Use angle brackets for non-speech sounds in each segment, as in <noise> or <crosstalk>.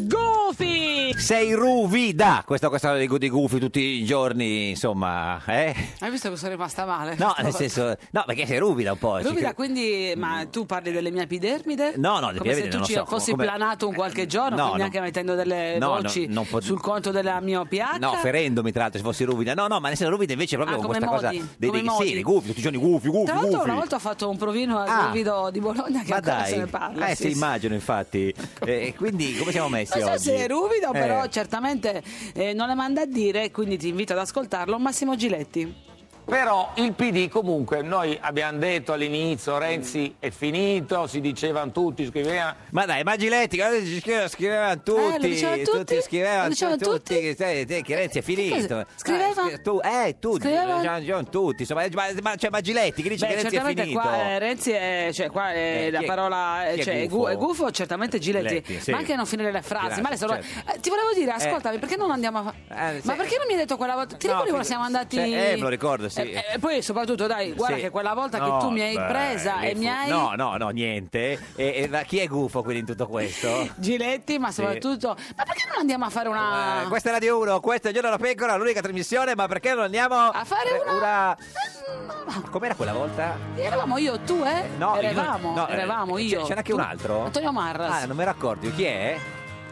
Goofy! Sei ruvida! Questa questa di di gufi tutti i giorni, insomma, eh? Hai visto che sono rimasta male? <laughs> No, nel senso, no, perché sei ruvida un po'. ci Rubida, cre- quindi, ma tu parli delle mie epidermide? No, no, le Come se epidermide tu non ci so, fossi come- Eh, planato un qualche giorno, no, quindi no. anche mettendo delle No, no, eh, voci non pot- sul conto della miopia. No, ferendomi tra l'altro se fossi ruvida. No, no, ma nel senso ruvida invece proprio Ah, con come questa modi, cosa dei, come dei, modi. sì, dei gufi, tutti i giorni gufi, gufi, Tra l'altro gufi. una volta ho fatto un provino al Ah. brivido di Bologna che Ma ancora dai, se ne parla. eh sì, sì, sì. immagino infatti. Eh, E quindi come siamo messi Non so oggi? se è ruvido, Eh, però certamente eh, non le manda a dire, quindi ti invito ad ascoltarlo. Massimo Giletti. Però il PD comunque, noi abbiamo detto all'inizio Renzi è finito, si dicevano tutti, scriveva... Ma dai, ma Giletti, guarda, ci scrive- scrivevano tutti, eh, lo dicevano tutti? scrivevano Lo dicevano tutti, che, sai, te- che Renzi è finito. cosa? Scriveva? Ah, scri- tu, eh, tutti, Scriveva? Gian- Gian- tutti, insomma, ma, ma- cioè, ma Giletti che dice Beh, che Renzi è certamente finito. qua eh, Renzi è, cioè, qua è Eh, la chi è- parola eh, chi è cioè, è gu- gufo? è gufo, certamente Giletti, Giletti, sì. ma anche non finire le frasi. Grazie, ma le sono- certo. Eh, ti volevo dire, ascoltami, perché non andiamo a. fa- Eh, sì. ma perché non mi hai detto quella volta? Ti No, ricordi fi- quando siamo andati. cioè, eh, me lo ricordo, sì. E poi soprattutto, dai, guarda Sì. che quella volta No, che tu mi hai beh, presa lì e fu- mi hai. No, no, no, niente. E, e la- chi è gufo quindi in tutto <laughs> questo? Eh, Giletti, ma Sì. soprattutto. Ma perché non andiamo a fare una. Eh, questa è Radio 1, questo è Il Giorno della Pecora, l'unica trasmissione, ma perché non andiamo A fare eh, una- una... Com'era quella volta? Eravamo io, tu, eh? No, io- eravamo, no, eh, eravamo c'è- io. C'era anche tu- un altro? Antonio Marras. Ah, non me ne accorgo, chi è?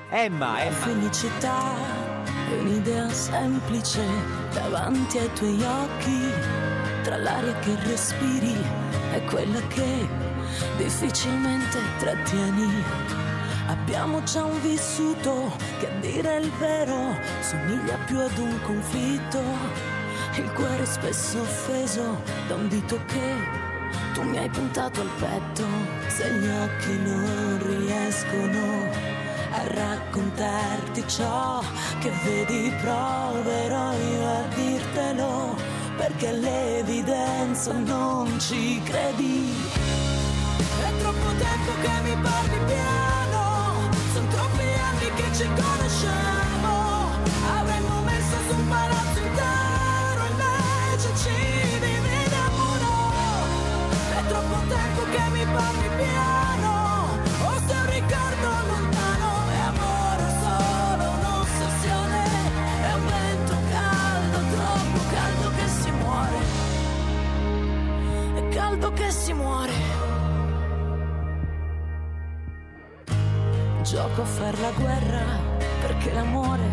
Emma, Emma. Felicità è un'idea semplice davanti ai tuoi occhi, tra l'aria che respiri è quella che difficilmente trattieni. Abbiamo già un vissuto che a dire il vero somiglia più ad un conflitto, il cuore spesso offeso da un dito che tu mi hai puntato al petto, se gli occhi non riescono a raccontarti ciò che vedi, proverò io a dirtelo, perché all'evidenza non ci credi. È troppo tempo che mi parli piano, sono troppi anni che ci conosciamo, avremmo messo su un palazzo intero, invece ci dividiamo uno. È troppo tempo che mi parli piano Ho se un ricordo lontano E amore è solo un'ossessione È un vento caldo, troppo caldo che si muore È caldo che si muore Gioco a far la guerra Perché l'amore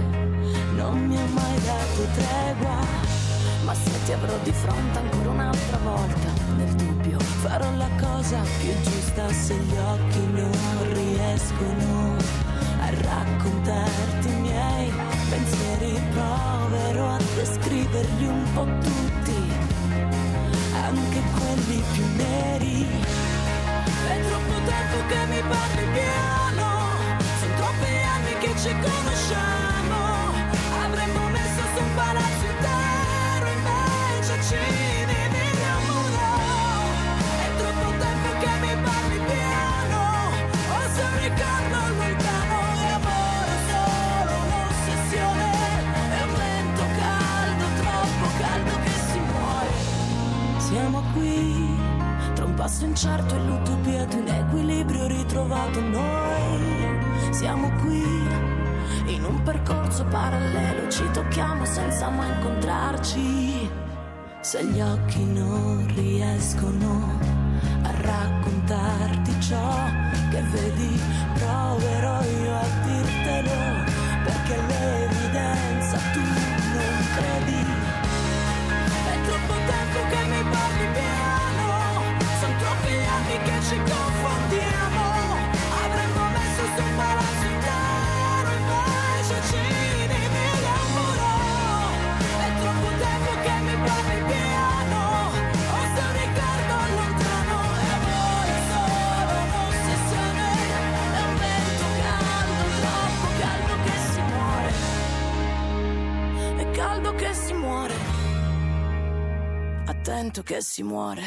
non mi ha mai dato tregua ma se ti avrò di fronte ancora un'altra volta, nel dubbio farò la cosa più giusta se gli occhi non riescono a raccontarti i miei pensieri. Proverò a descriverli un po' tutti, anche quelli più neri. È troppo tempo che mi parli piano Sono troppi anni che ci conosciamo Avremmo messo su un palazzo intero Invece ci dividiamo uno È troppo tempo che mi parli piano Ho se un ricordo lontano E amore è solo un'ossessione È un vento caldo, troppo caldo che si muore Siamo qui tra un passo incerto e l'utopia di un equilibrio ritrovato noi siamo qui in un percorso parallelo ci tocchiamo senza mai incontrarci se gli occhi non riescono a raccontarti ciò che vedi proverò io a dirtelo perché l'evidenza tu non credi è troppo tempo che mi parli piano Sono troppi anni che ci confondiamo Avremmo messo su un palazzo intero Invece ci dividiamo no. È troppo tempo che mi parli piano Ho se un ricordo lontano E amore è solo un'ossessione È un vento caldo, troppo caldo che si muore È caldo che si muore Attento che si muore.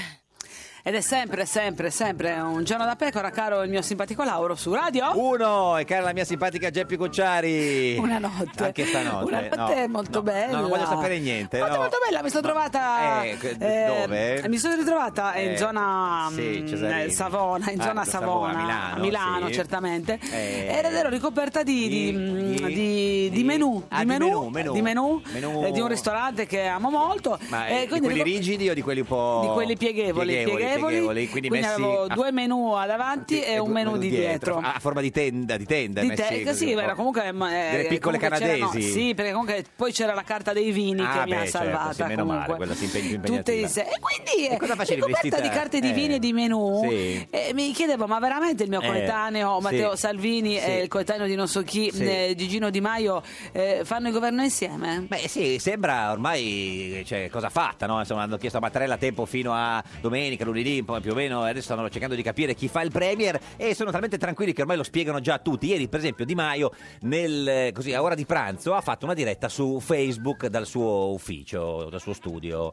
Ed è sempre, sempre, sempre un giorno da pecora, caro il mio simpatico Lauro su radio. Uno, e cara la mia simpatica Geppi Cucciari. Una notte. Anche stanotte. Una no. notte molto bella. no, non voglio sapere niente, Notte no. molto bella, mi sono No. trovata. Eh, che- eh, dove? Mi sono ritrovata eh, in Eh, zona sì, mm, Cesarini. eh, Savona, in Ah, zona Savona, Savona, a Milano, a Milano, sì. certamente. Eh, Ed ero ricoperta di, di- di, mm, di- di- di menù, ah, di di menù, menù, menù. di menù, Menù. eh, di un ristorante che amo molto. Ma Eh, eh, di quindi quelli ricop- rigidi o di quelli un po'... di quelli pieghevoli, pieghevoli, Oh, Quindi, messi avevo a- due menù a davanti e, e un due- menù di dietro. A forma di tenda, di tenda. Di messi te- che così sì, un po'. era comunque ma, eh, Delle piccole comunque c'erano- canadesi. Sì, perché comunque poi c'era la carta dei vini Ah, che mi beh, ha certo, salvata. sì, meno male, comunque. quella sì, impe- più Tutte impegnativa. i se- E quindi E cosa facevi, ricoperta di vestita? carte di Eh. vini e di menù Sì. e mi chiedevo ma veramente il mio Eh, coetaneo sì. Matteo Salvini Sì. e il coetaneo di non so chi Sì. eh, Gigino Di Maio eh, fanno il governo insieme? Beh sì, sembra ormai cioè, cosa fatta, no? Insomma, hanno chiesto a Mattarella tempo fino a domenica, lunedì, poi più o meno, e adesso stanno cercando di capire chi fa il Premier e sono talmente tranquilli che ormai lo spiegano già a tutti. Ieri, per esempio, Di Maio, nel, eh, così, a ora di pranzo, ha fatto una diretta su Facebook dal suo ufficio, dal suo studio.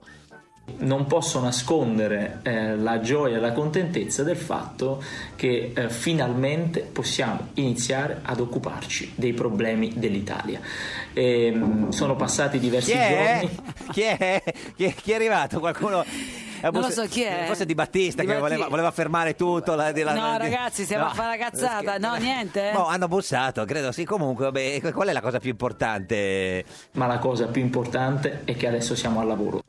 non posso nascondere eh, la gioia e la contentezza del fatto che eh, finalmente possiamo iniziare ad occuparci dei problemi dell'Italia. Ehm, sono passati diversi Chi è? giorni. Chi è? Chi è, chi è arrivato? Qualcuno... eh, Non lo forse- so chi è. Forse Di Battista Di che Battista. voleva, voleva fermare tutto. la- la- No, la- ragazzi, stiamo No. a fare la cazzata. No, niente? eh. No, hanno bussato, credo sì. Comunque, vabbè, qu- qual è la cosa più importante? Ma la cosa più importante è che adesso siamo al lavoro.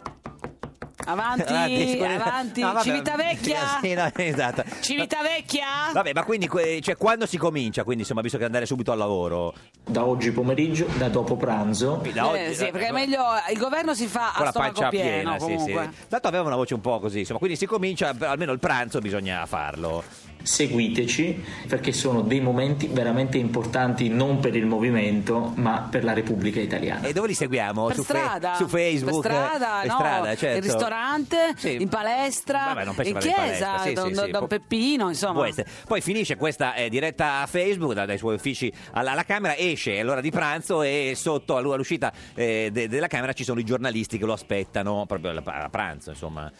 Avanti, avanti, scusa. Ah, No, vabbè, Civitavecchia! Sì, no, esatto. Civitavecchia! Vabbè, ma quindi que- cioè, quando si comincia? Quindi, insomma, visto che andare subito al lavoro, Da oggi pomeriggio, da dopo pranzo, da Eh, oggi- sì, perché è meglio il governo si fa con a la stomaco pancia pieno piena, sì, sì. comunque. Tanto aveva una voce un po' così, insomma, quindi si comincia, almeno il pranzo bisogna farlo. seguiteci perché sono dei momenti veramente importanti non per il movimento ma per la Repubblica Italiana. E dove li seguiamo? Per su, fe- strada, su Facebook? per strada, Per no, strada, certo. il ristorante, Sì. in palestra, Vabbè, non penso in vada in chiesa, palestra, sì, da, sì, sì, un- da un può- peppino, insomma. Può essere. Poi finisce questa eh, diretta a Facebook da- dai suoi uffici alla, alla Camera, esce all'ora di pranzo e sotto allu- all'uscita eh, de- della Camera ci sono i giornalisti che lo aspettano proprio alla- a pranzo, insomma.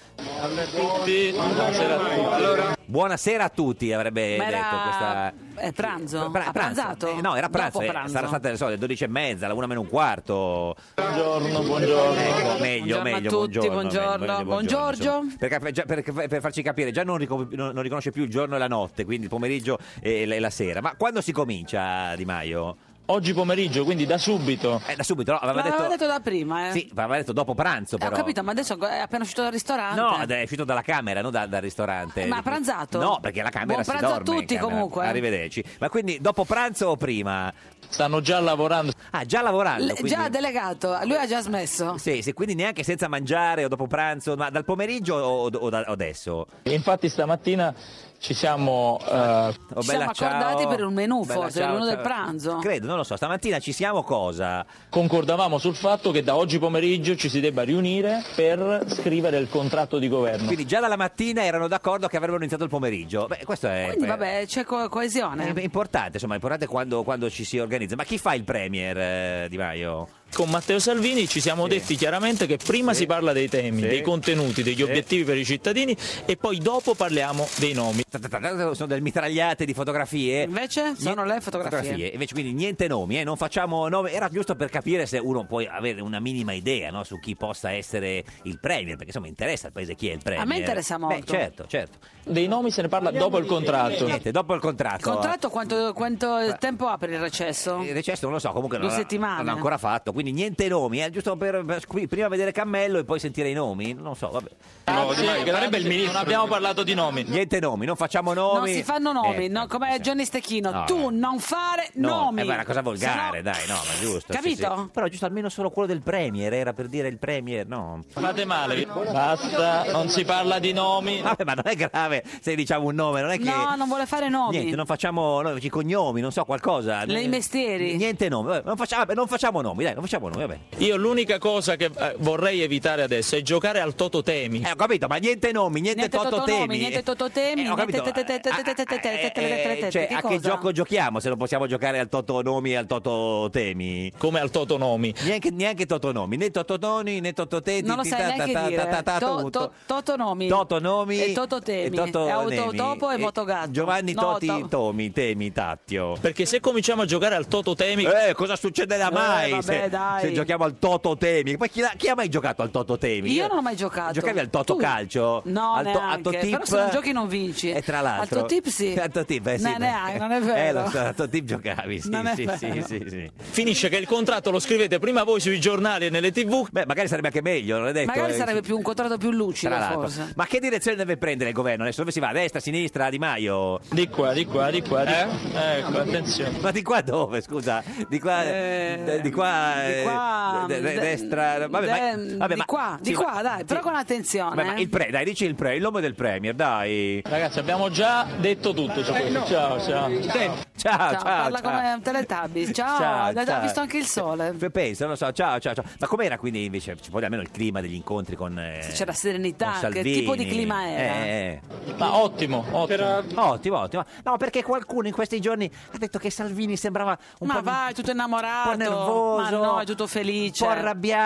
eh, Buonasera a tutti, avrebbe Ma era- Eh, detto questa... è eh, pranzo? Pra- Ha pranzato? Eh, no, era pranzo, Dopo eh, pranzo. sarà stata so, le 12 e mezza, la 1 meno un quarto. Ecco, meglio, Buongiorno meglio, a tutti, buongiorno, buongiorno, meglio, buongiorno. insomma. Per, cap- già- per- per farci capire, già non, ricom- non- non riconosce più il giorno e la notte, quindi il pomeriggio e la, e la sera. Ma quando si comincia, Di Maio? Oggi pomeriggio, quindi da subito. Eh, da subito, no? Aveva Ma detto, l'aveva detto da prima, eh. Sì, ma aveva detto dopo pranzo, Eh, ho però. capito, ma adesso è appena uscito dal ristorante. No, è uscito dalla camera, non da- dal ristorante. Eh, Ma ha pranzato? No, perché la camera Buon si pranzo a dorme in tutti, camera. comunque. Arrivederci. Ma quindi dopo pranzo o prima? Stanno già lavorando. Ah, già lavorando. Le- quindi- Già delegato, lui ha già smesso. Sì, sì, quindi neanche senza mangiare o dopo pranzo, ma dal pomeriggio o, o da- o adesso? Infatti stamattina ci siamo... eh, Oh, Ci bella, siamo accordati ciao. per un menù, Bella, forse, il menù del pranzo. Credo, non lo so. Stamattina ci siamo cosa? concordavamo sul fatto che da oggi pomeriggio ci si debba riunire per scrivere il contratto di governo. Quindi già dalla mattina erano d'accordo che avrebbero iniziato il pomeriggio. Beh, questo è Quindi eh, vabbè, c'è co- coesione. è importante, insomma, è importante quando, quando ci si organizza. Ma chi fa il premier eh, Di Maio? Con Matteo Salvini ci siamo Sì. detti chiaramente che prima Sì. si parla dei temi, Sì. dei contenuti, degli Sì. obiettivi per i cittadini e poi dopo parliamo dei nomi. Sono delle mitragliate di fotografie. Invece sono le fotografie. Invece quindi niente nomi, eh, non facciamo nomi. Era giusto per capire se uno può avere una minima idea no, su chi possa essere il premier, perché insomma interessa al paese chi è il premier. interessa Beh, molto. certo, certo. Dei nomi se ne parla dopo il contratto. Niente, dopo il contratto. Il contratto quanto, quanto tempo ha per il recesso? Eh, Il recesso non lo so, comunque Due non, l'ha- settimane. non l'ha ancora fatto, quindi niente nomi, eh, giusto per, per- qui- prima vedere Cammello e poi sentire i nomi, non so, vabbè. Grazie, grazie, Non abbiamo parlato di nomi. Niente nomi, non facciamo nomi. Non si fanno nomi, Eh, no, come sì. Johnny Stecchino. No, tu no. non fare No, nomi. eh, ma è una cosa volgare, Se no- dai, no, ma giusto. sì, Capito? sì. Però giusto almeno solo quello del Premier, era per dire il Premier, no. Fate male. Basta, non si parla di nomi. Vabbè, ma non è grave se diciamo un nome, non è che... No, non vuole fare nomi. Niente, non facciamo no, i cognomi, non so, qualcosa. Le- i mestieri. Niente nomi, vabbè, non facciamo, vabbè, non facciamo nomi, dai, non facciamo facciamo noi, vabbè. Io l'unica cosa che eh, vorrei evitare adesso è giocare al tototemi. Eh, ho capito, ma niente nomi, niente, Niente tototemi. totonomi, niente tototemi, Eh, ho niente capito. te- te- te- te- te- te- te- te- te- te- te- te- te- Cioè, che a che cosa? gioco giochiamo se non possiamo giocare al totonomi e al tototemi? Come al totonomi. Neanche, neanche totonomi, né tototoni, né tototeti. Non lo ti- sai ta- neanche ta- ta- dire. ta- ta- To- tu- to- to- totonomi. Totonomi E tototemi. E autotopo e motogatto. Giovanni No, Toti to- Tomi Temi Tattio Perché se cominciamo a giocare al tototemi... eh, cosa succederà Eh, mai vabbè, se, dai. se giochiamo al Tototemi? Poi chi, l'ha- chi ha mai giocato al Tototemi? Io non ho mai giocato. Giocavi al Tu? Totocalcio? No, al neanche. Tototip? Però se non giochi non vinci. E Eh, tra l'altro. Al Totip sì. Al Totip, eh, sì. No, neanche, non è vero. Eh, lo so, al Totip giocavi, sì, Non è sì, sì, vero. sì, sì. Finisce che il contratto lo scrivete prima voi sui giornali e nelle tv. Beh, magari sarebbe anche meglio, non è detto. Magari eh, sarebbe sì. più un contratto più lucido, Tra l'altro. forse. Ma che direzione deve prendere il governo? Adesso dove si va? A destra, a sinistra, a Di Maio? Eh? Di qua, di qua, di qua. Di... Ecco, attenzione. Ma di qua dove, scusa? Di qua, Eh, de- di qua, di qua, eh, de- de- de- destra, vabbè, de- ma, vabbè, di ma- qua, Ah, di qua, dai, però con attenzione, Vabbè, ma eh. il pre, dai, dici il pre, il nome del premier, dai. Ragazzi, abbiamo già detto tutto Eh, su questo. Ciao, ciao. Ciao, ciao, Ciao, parla ciao. come un Teletubbies. Ciao, ha visto anche il sole. F- Pensa, non lo so, ciao, ciao, ciao. Ma com'era quindi invece, ci vuole almeno il clima degli incontri con eh, c'era serenità, con Ah, che Salvini. tipo di clima era? Eh, eh. Ma ottimo, ottimo. Ottimo, ottimo. No, perché qualcuno in questi giorni ha detto che Salvini sembrava un ma po' vai, tutto un innamorato. Cioè. po' nervoso, Ma no, è tutto felice. un po'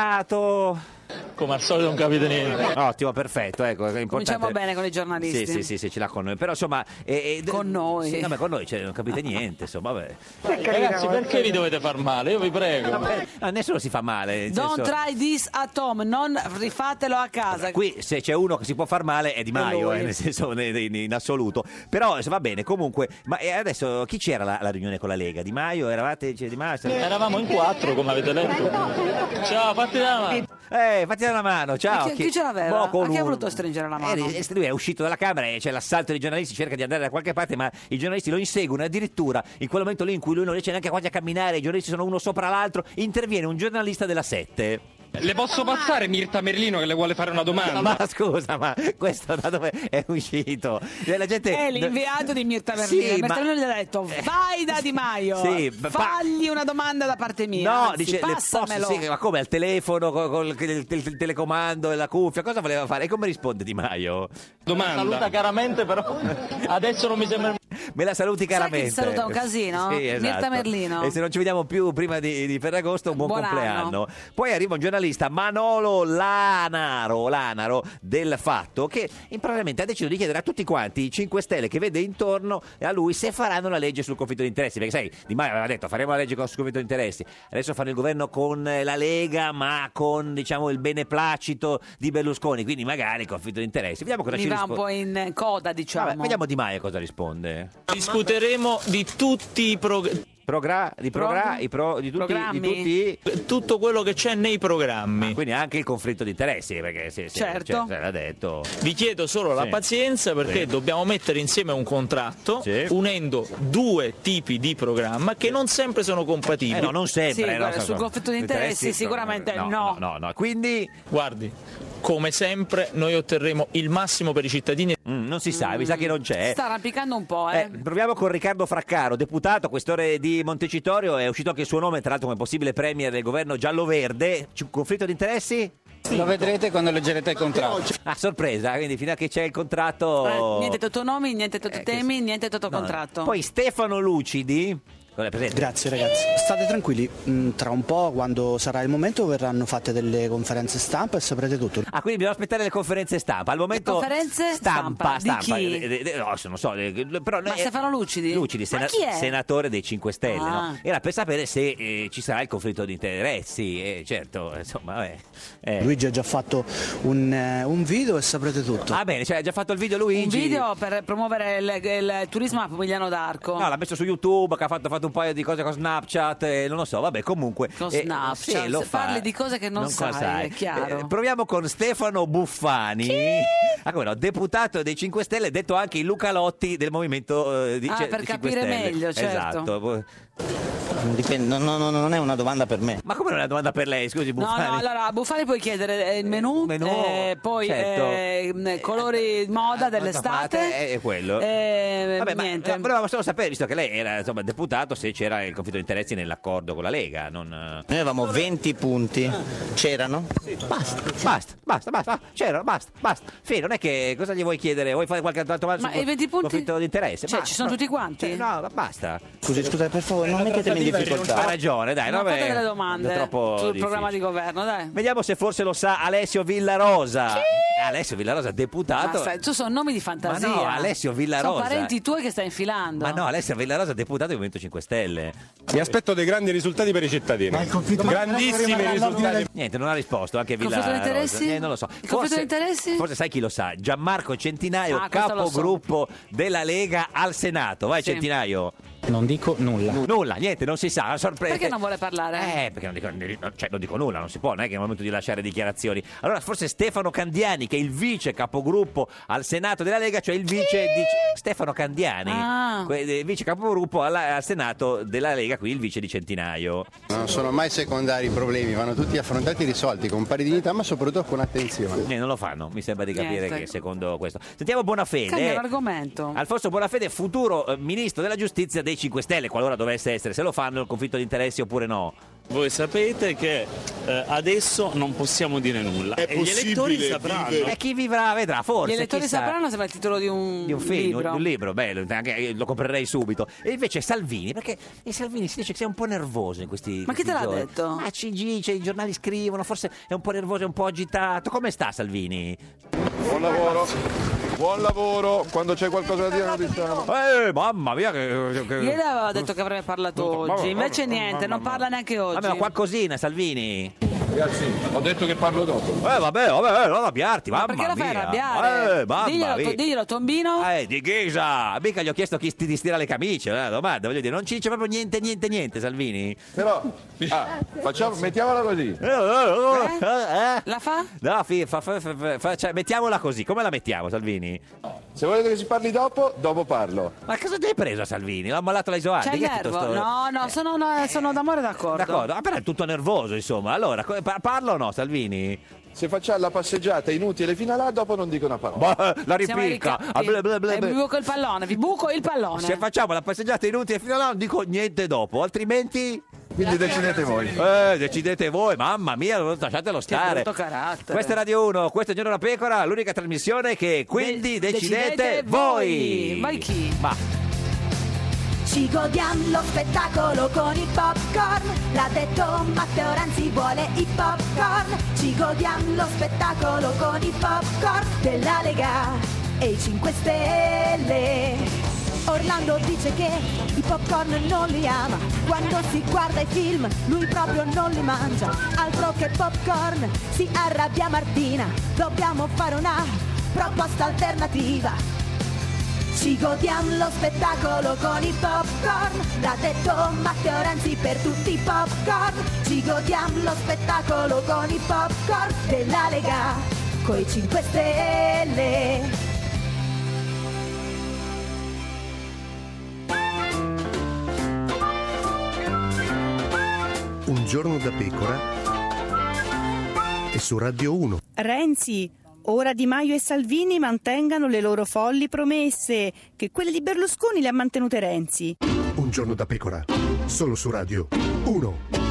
arrabbiato. Come al solito non capite niente. Ottimo, perfetto. Ecco, è importante. Cominciamo bene con i giornalisti. Sì, sì, sì, sì, ce l'ha con noi. Però insomma. eh, eh, Con noi. Sì, no, ma con noi cioè, non capite niente. Insomma, vabbè. Ragazzi, perché vi dovete far male? Io vi prego. No, Eh, nessuno si fa male. nel Don't senso- try this at home, non rifatelo a casa. Qui se c'è uno che si può far male è Di Maio, lui. eh, nel senso ne- ne- in, assoluto. Però se va bene, comunque. Ma eh, adesso chi c'era la, la riunione con la Lega? Di Maio? Eravate c'è Di Maio? Eravamo in quattro, come avete letto. Ciao, fatti la mano. Eh, fatti una mano, ciao. E chi- chi ce l'aveva? Boh, con A chi ha un- voluto stringere la mano? Eh, eh, lui è uscito dalla Camera e c'è l'assalto dei giornalisti, cerca di andare da qualche parte, ma i giornalisti lo inseguono. e Addirittura in quel momento lì in cui lui non riesce neanche quasi a camminare, i giornalisti sono uno sopra l'altro, interviene un giornalista della 7. Le posso passare Mirta Merlino che le vuole fare una domanda? Ma scusa, ma questo da dove è uscito? Eh, La gente... È l'inviato di Mirta Berlino. Sì, Mirta ma- eh. Berlino gli ha detto: Vai da Di Maio, Sì, ma- fagli una domanda da parte mia. No, anzi, dice, le posso- passamelo. sì, ma come al telefono con, con il, il- il- il telecomando e la cuffia? Cosa voleva fare? E come risponde Di Maio? Saluta Domanda. caramente, però adesso non mi sembra... <laughs> Me la saluti Sai che caramente. il saluto è un casino? Sì, esatto. Mirta Merlino. E se non ci vediamo più prima di, di Ferragosto, un buon, Buon compleanno. Poi arriva un giornalista, Manolo Lanaro, Lanaro del Fatto, che improvvisamente ha deciso di chiedere a tutti quanti i 5 Stelle che vede intorno a lui se faranno la legge sul conflitto di interessi. Perché sai, Di Maio aveva detto faremo la legge sul conflitto di interessi. Adesso fanno il governo con eh, la Lega, ma con diciamo il beneplacito di Berlusconi. Quindi magari conflitto di interessi. Vediamo cosa Mi ci va un risponde. po' in coda, diciamo. Vabbè, vediamo Di Maio cosa risponde. Discuteremo di tutti i prog- Progra, di progra, Prog- i pro- di tutti, di programmi? tutti- Ah, tutto quello che c'è nei programmi. quindi anche il conflitto di interessi perché se, se- Certo. cioè, se l'ha detto Vi chiedo solo la Sì. pazienza perché Sì. dobbiamo mettere insieme un contratto Sì. unendo due tipi di programma che non sempre sono compatibili. eh no non sempre Sì, eh, no, guarda, so- sul so- conflitto di interessi sicuramente no, no. no, no. quindi Guardi, come sempre noi otterremo il massimo per i cittadini. mm, non si sa mi sa che non c'è Sta arrampicando un po', eh. Eh, proviamo con Riccardo Fraccaro, deputato, questore di Montecitorio, è uscito anche il suo nome, tra l'altro come possibile premier del governo giallo-verde. C'è un conflitto di interessi? Lo vedrete quando leggerete il contratto. A sorpresa, quindi fino a che c'è il contratto... Eh, niente totonomi, niente tototemi, oh. Eh, che- niente No, no. totocontratto. Poi Stefano Lucidi, non è presente? Grazie ragazzi. State tranquilli, mm, tra un po' quando sarà il momento verranno fatte delle conferenze stampa e saprete tutto. Ah, quindi bisogna aspettare le conferenze stampa. Al momento conferenze stampa, stampa, di stampa. chi? eh, eh, eh, no, se non so, eh, però Ma eh, Stefano Lucidi? Lucidi, Ma chi è? senatore dei 5 Stelle, Ah. no? Era per sapere se eh, ci sarà il conflitto di interessi, eh, certo, insomma, vabbè. eh. Luigi ha già fatto un, eh, un video e saprete tutto. Ah, bene, cioè ha già fatto il video un Luigi. video per promuovere il, il turismo a Pomigliano d'Arco. No, l'ha messo su YouTube, che ha fatto, ha fatto un paio di cose con Snapchat, eh, non lo so, vabbè, comunque. Con eh, Snapchat, sì, lo fa. parli di cose che non sai, è chiaro. Eh, proviamo con Stefano Buffani, ah, come no, deputato dei 5 Stelle, detto anche il Luca Lotti del Movimento eh, di, Ah, cioè, per dei 5 capire Stelle. meglio, certo. Esatto. non è una domanda per me. Ma come non è una domanda per lei, scusi No, Buffani? no, allora a Buffani puoi chiedere eh, il menù, Menù, eh, poi certo. eh, mh, colori moda Eh, dell'estate. è quello. Eh, Vabbè, ma niente. no, volevamo solo sapere, visto che lei era insomma, deputato, se c'era il conflitto di interessi nell'accordo con la Lega. Non, eh. Noi avevamo 20 punti, c'erano? Basta, basta, basta, basta, ah, c'era, basta, basta. Fine, non è che cosa gli vuoi chiedere? Vuoi fare qualche altro altro Ma sul i 20 punti- conflitto di interesse? Cioè, Basta, ci sono no, tutti quanti? no, ma basta. Scusi, scusa, per favore, Eh, non mettetemi in Ha difficoltà. ragione, dai, non no, fate beh, delle è domande troppo sul difficile. programma di governo, dai. Vediamo se forse lo sa Alessio Villarosa. Alessio Villarosa, Ma deputato. stai- tu sono nomi di fantasia. Ma no, Alessio Villarosa. Sono parenti tuoi che stai infilando. Ma no, Alessio Villarosa, deputato del Movimento 5 Stelle. Mi aspetto dei grandi risultati per i cittadini. Grandissimi risultati. Niente, non ha risposto anche Conflitto Villarosa. di interessi? Eh, non lo so. Il conflitto di interessi? Forse sai chi lo sa? Gianmarco Centinaio, Ah, questo lo so. capogruppo della Lega al Senato. Vai Sì. Centinaio. Non dico nulla. Nulla, niente, non si sa, sorpresa. Perché non vuole parlare? Eh, perché non dico, cioè, non dico nulla, non si può, non è che è il momento di lasciare dichiarazioni. Allora, forse Stefano Candiani, che è il vice capogruppo al Senato della Lega, cioè il vice di Stefano Candiani, Ah. que- eh, vice capogruppo alla- al Senato della Lega, qui il vice di Centinaio. Non sono mai secondari i problemi, vanno tutti affrontati e risolti con pari dignità, ma soprattutto con attenzione. Eh, non lo fanno, mi sembra di capire Niente. che secondo questo. Sentiamo Bonafede. Cambia argomento. Alfonso Bonafede, futuro eh, ministro della giustizia dei 5 Stelle, qualora dovesse essere, se lo fanno il conflitto di interessi oppure no. Voi sapete che eh, adesso non possiamo dire nulla È e gli elettori possibile sapranno. vivere- E chi vivrà vedrà, forse, Gli elettori chissà. sapranno sembra il titolo di un, di un film, libro. di un libro, bello, anche io lo comprerei subito. E invece Salvini, perché e Salvini si dice che sia un po' nervoso in questi Ma chi te l'ha giorni. detto? Ma CG, cioè, i giornali scrivono, forse è un po' nervoso, è un po' agitato. Come sta Salvini? Buon lavoro. Buon lavoro. Oh, Quando c'è qualcosa da dire non diciamo. Eh, mamma mia che... che- Ieri aveva detto che avrebbe parlato oggi, invece niente, non parla neanche oggi. Vabbè, ma qualcosina Salvini. Ragazzi, ho detto che parlo dopo. Eh vabbè, vabbè, eh, non arrabbiarti, mamma Perché la fai mia. arrabbiare? Eh, mamma diglielo, mia. to- diglielo, Tombino. Eh, di Ghisa! Mica gli ho chiesto chi ti ti stira le camicie, la domanda, voglio dire, non ci dice proprio niente, niente, niente, Salvini. Però, ah, facciamo, mettiamola così. Eh, eh, eh, eh. La fa? No, fi- fa- fa- fa- fa- fa- cioè, mettiamola così, come la mettiamo Salvini? Se volete che si parli dopo, dopo parlo. Ma cosa ti hai preso a Salvini? L'ha mollato la C'è isolante? il nervo? No, no, sono, no, sono d'amore d'accordo. Eh. D'accordo, ah, però è tutto nervoso, insomma. Allora, co- pa- parla o no Salvini? Se facciamo la passeggiata inutile fino a là, dopo non dico una parola. Bah, Boh, la Siamo ai ripicca. ricatti. Ah, bla, bla, bla, Eh, bla. Vi buco il pallone, vi buco il pallone. Se facciamo la passeggiata inutile fino a là, non dico niente dopo, altrimenti... Quindi decidete voi. Eh, decidete voi, mamma mia, non lasciatelo stare. brutto carattere. Questa è Radio 1, questo è Giorno da Pecora, l'unica trasmissione che quindi De- decidete, decidete voi. voi. Vai chi? Ma Ci godiamo lo spettacolo con i popcorn, l'ha detto Matteo Renzi vuole i popcorn. Ci godiamo lo spettacolo con i popcorn della Lega e i 5 Stelle. Orlando dice che i popcorn non li ama, quando si guarda i film lui proprio non li mangia. Altro che popcorn, si arrabbia Martina, dobbiamo fare una proposta alternativa. Ci godiamo lo spettacolo con i popcorn, l'ha detto Matteo Renzi per tutti i popcorn. Ci godiamo lo spettacolo con i popcorn della Lega, coi 5 Stelle. Un giorno da pecora e su Radio 1. Renzi, ora Di Maio e Salvini mantengano le loro folli promesse, che quelle di Berlusconi le ha mantenute Renzi. Un giorno da pecora, solo su Radio 1.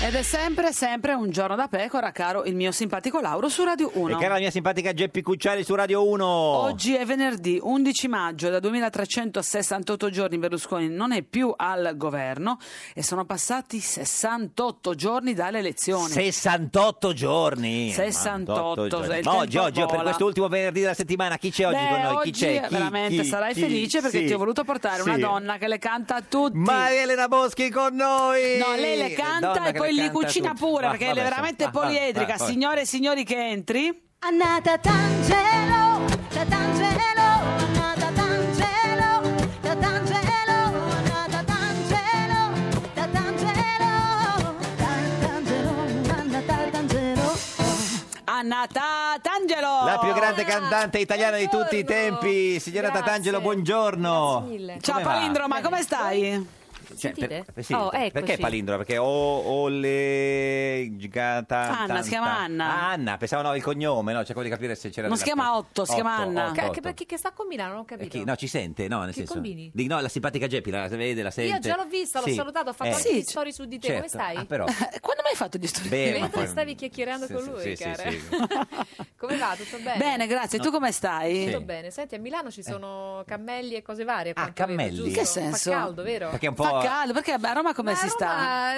Ed è sempre, sempre un giorno da pecora, caro il mio simpatico Lauro su Radio 1. E cara la mia simpatica Geppi Cucciari su Radio 1. Oggi è venerdì 11 maggio, da 2368 giorni Berlusconi non è più al governo e sono passati 68 giorni dalle elezioni. 68 giorni. 68, 68 il Ma oggi, tempo oggi, per vola. quest'ultimo venerdì della settimana, chi c'è oggi Beh, con noi? oggi chi c'è? Chi- veramente chi- sarai chi? felice perché Sì. ti ho voluto portare una Sì. donna che le canta a tutti. Maria Elena Boschi con noi! No, lei le canta Donna e che poi le li canta cucina tutte. pure Ah, perché vabbè, è veramente insomma. Ah, ah, poliedrica. ah, ah. Signore e signori che entri. Annata Tangelo, da Tangelo, Annata Tangelo, da Tangelo, Annata Tangelo, da Tangelo, da Tangelo, Annata Tangelo. Anna Tatangelo. La più grande cantante italiana di tutti i tempi, signora Tatangelo, buongiorno. Ciao Oh, Come va? Palindroma, come stai? Cioè, per- sentite? sì, oh, per- perché eccoci. palindroma? Perché o, o le giganta... Anna, tanta- si chiama Anna. Ah, Anna, pensavo no, il cognome, no, cerco di capire se c'era... Non della- si chiama Otto, si chiama Anna. Otto, Che, che, Otto. perché- che sta combinando, non ho Eh, capito. chi- no, ci sente, no, nel Che senso... combini? Di- no, la simpatica Geppi, la vede, la sente. Io già l'ho vista, l'ho Sì. salutato, ho fatto Eh, anche gli story su di te. Come certo. stai? Ah, <laughs> però. Quando mai hai fatto gli story? Beh, ma Mentre poi- stavi chiacchierando Sì, con sì, lui, sì, sì, cara. sì. <laughs> Come va? Tutto bene? Bene, grazie. Tu come stai? Tutto bene. Senti, a Milano ci sono cammelli e cose varie. a Eh. Ah, quanto vedo, cammelli. giusto? Che senso? Fa caldo, vero? Perché è un po'... Fa caldo, perché a Roma come Ma si a sta?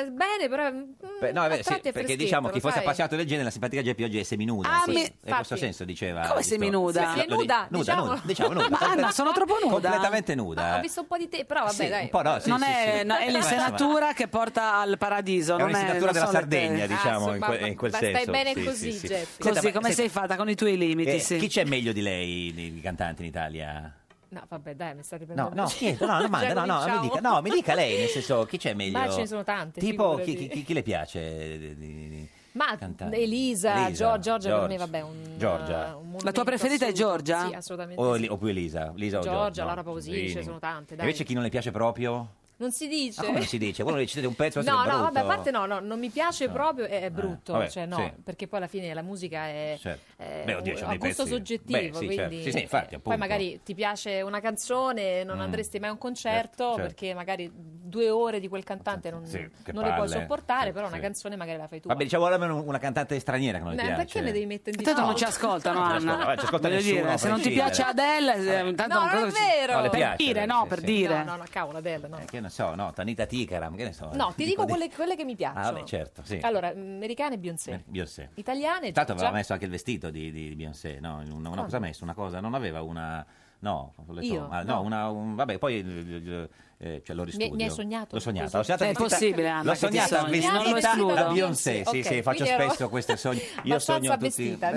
Roma, Bene, però... mm, Beh, no, è a vero, sì, tratti è perché freschetto, diciamo lo chi fosse sai. appassionato del genere, la simpatica Geppi oggi è seminuda. Ah, sì. mi- E in questo infatti. senso diceva. Come visto- seminuda? Sì, è Lo di- nuda, diciamo. nuda, diciamo nuda. Ma Anna, sono troppo nuda? Completamente nuda. Ah, Ho eh. visto un po' di te, però vabbè, Sì, dai. un po' no, sì, non sì, è, sì. no, è Eh, l'insenatura che porta al paradiso. È non un'insenatura non della sono le Sardegna, tette. diciamo, in Ah, insomma, quel, in quel ma stai senso. bene Sì, così, sì, sì. Geppi. Senta, Così ma- come senta, sei fatta con i tuoi limiti, eh, sì. Chi c'è meglio di lei, di di cantanti in Italia? No, vabbè, dai, mi state No, prendendo... no, chiedo, <laughs> no, domanda, Già no, no, mi cominciamo. dica, no, mi dica lei, nel senso, chi c'è meglio? Ma ce ne sono tante, Tipo, chi, figurati. chi- chi le piace? di- di- di- Ma cantante. Elisa, Elisa, Gior- Giorgia, per me Giorgia. vabbè, un, Giorgia. La Eh, un tua monumento preferita è assoluto. Giorgia? Sì, assolutamente. O, sì. Eli- o più Elisa? Elisa o Giorgia, Giorgia, Laura Pausini, ce ne sono tante, dai. Invece chi non le piace proprio? Non si dice. Ma come non si dice? Voi non decidete un pezzo, No, essere no, brutto. Eh. vabbè, a parte no, no, non mi piace proprio, è, è brutto, vabbè, cioè no, sì. perché poi alla fine la musica è, Certo. è Beh, oddio, ci sono a dei gusto pezzi- soggettivo, Beh, sì, quindi certo. Sì, sì, infatti, poi appunto. magari ti piace una canzone, non Mm. andresti mai a un Certo, concerto certo. perché magari due ore di quel cantante non, Sì, che non le puoi palle. sopportare, Sì, però una sì. canzone magari la fai tu. Vabbè, diciamo almeno una cantante straniera che non le piace. perché me devi mettere in Tanto non ci difficoltà? ascoltano, Non ci Anna. ascolta- vabbè, ci ascolta Voglio nessuno, dire, a se non ti piace prescindere. Adele, eh, tanto No, non credo è che ci- vero. No, le per piace, dire, dai, no, sì, per sì. dire. No, no, no, cavolo, Adele, no. Eh, che non so, no, Tanita Ticaram, che ne so. No, ti dico Tipo quelle, di- quelle che mi piacciono. Ah, beh, certo, sì. Allora, americane e Beyoncé. Beyoncé. Italiane Intanto aveva Giorgia. messo anche il vestito di, di- di Beyoncé, no? Una, una Quando? cosa ha messo, una cosa, non aveva una... No, ho letto- Io? ah, no, No. una... un- vabbè, poi eh, eh, cioè, lo ristudio. Mi- mi hai sognato? L'ho sognata. Scusa. L'ho sognata È vestita- possibile, Anna, L'ho che ti sognata sogni? vestita Non lo escludo. da Beyoncé. Sì, Ok, sì, faccio quindi ero spesso questi <laughs> sogni. Io abbastanza sogno tutti... vestita,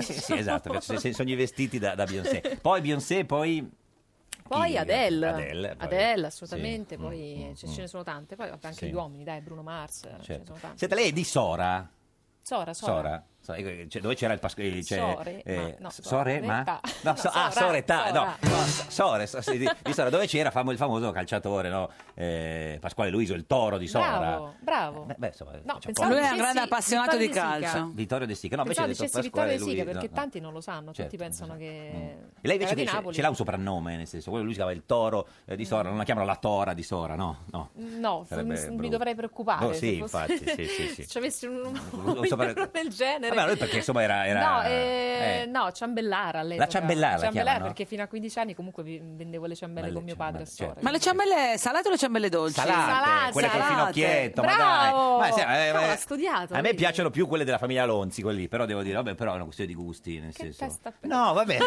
<laughs> Sì, sì, diciamo. esatto, faccio se- sogni vestiti da, da Beyoncé. Poi Beyoncé, poi... Poi Chi? Adele. Adele, poi- assolutamente, sì, poi mm, ce, mm, ce ne sono tante, poi vabbè, anche Sì. gli uomini, dai, Bruno Mars, Eh, ce ne Certo. sono tante. Senta, lei è di Sora? Sora, Sora. Sora. So- eh, cioè, dove c'era il pasco- eh, cioè, Sore, eh, ma- no, S- Sore, ma? Soretta. No, <laughs> so- ah, Sora, Soretta, Sora. no. no, S- Sore, so- sì, di, di Sora, dove c'era famo- il famoso calciatore, no? Eh, Pasquale Luiso, il toro di Sora. Eh, Bravo, bravo. Beh, beh, insomma, No, c'è poco. pensavo Lui era un dicessi grande appassionato di Vittorio De Sica. calcio. Vittorio De Sica. No, invece Pensavo ha detto dicessi Pasquale Vittorio De Sica, Luiso, perché no, no. tanti non lo sanno, Certo, tutti pensano che... E lei invece era di che ce, Napoli. ce l'ha un soprannome, nel senso, quello lui si chiama il toro eh, di Sora, non la chiamano la tora di Sora, no? No. No, Sarebbe mi- mi brutto. dovrei preoccupare. No, se sì, fosse- infatti, sì, sì, sì. <laughs> se ci avessi <laughs> un Non so per- numero del genere. Vabbè, lui perché insomma era... era- No, eh, eh. no, ciambellara all'epoca. La ciambellara la Ciambellara chiamano? perché fino a 15 anni comunque vi- vendevo le ciambelle con mio padre a Sora. Ma le ciambelle salate o le ciambelle dolci? Salate, quelle col finocchietto, Bravo! ma dai. Ma, sì, eh, Cavolo, eh, ha studiato, A me vedi? piacciono più quelle della famiglia Lonzi, quelli lì, però devo dire, vabbè, però è una questione di gusti, nel senso. No, vabbè.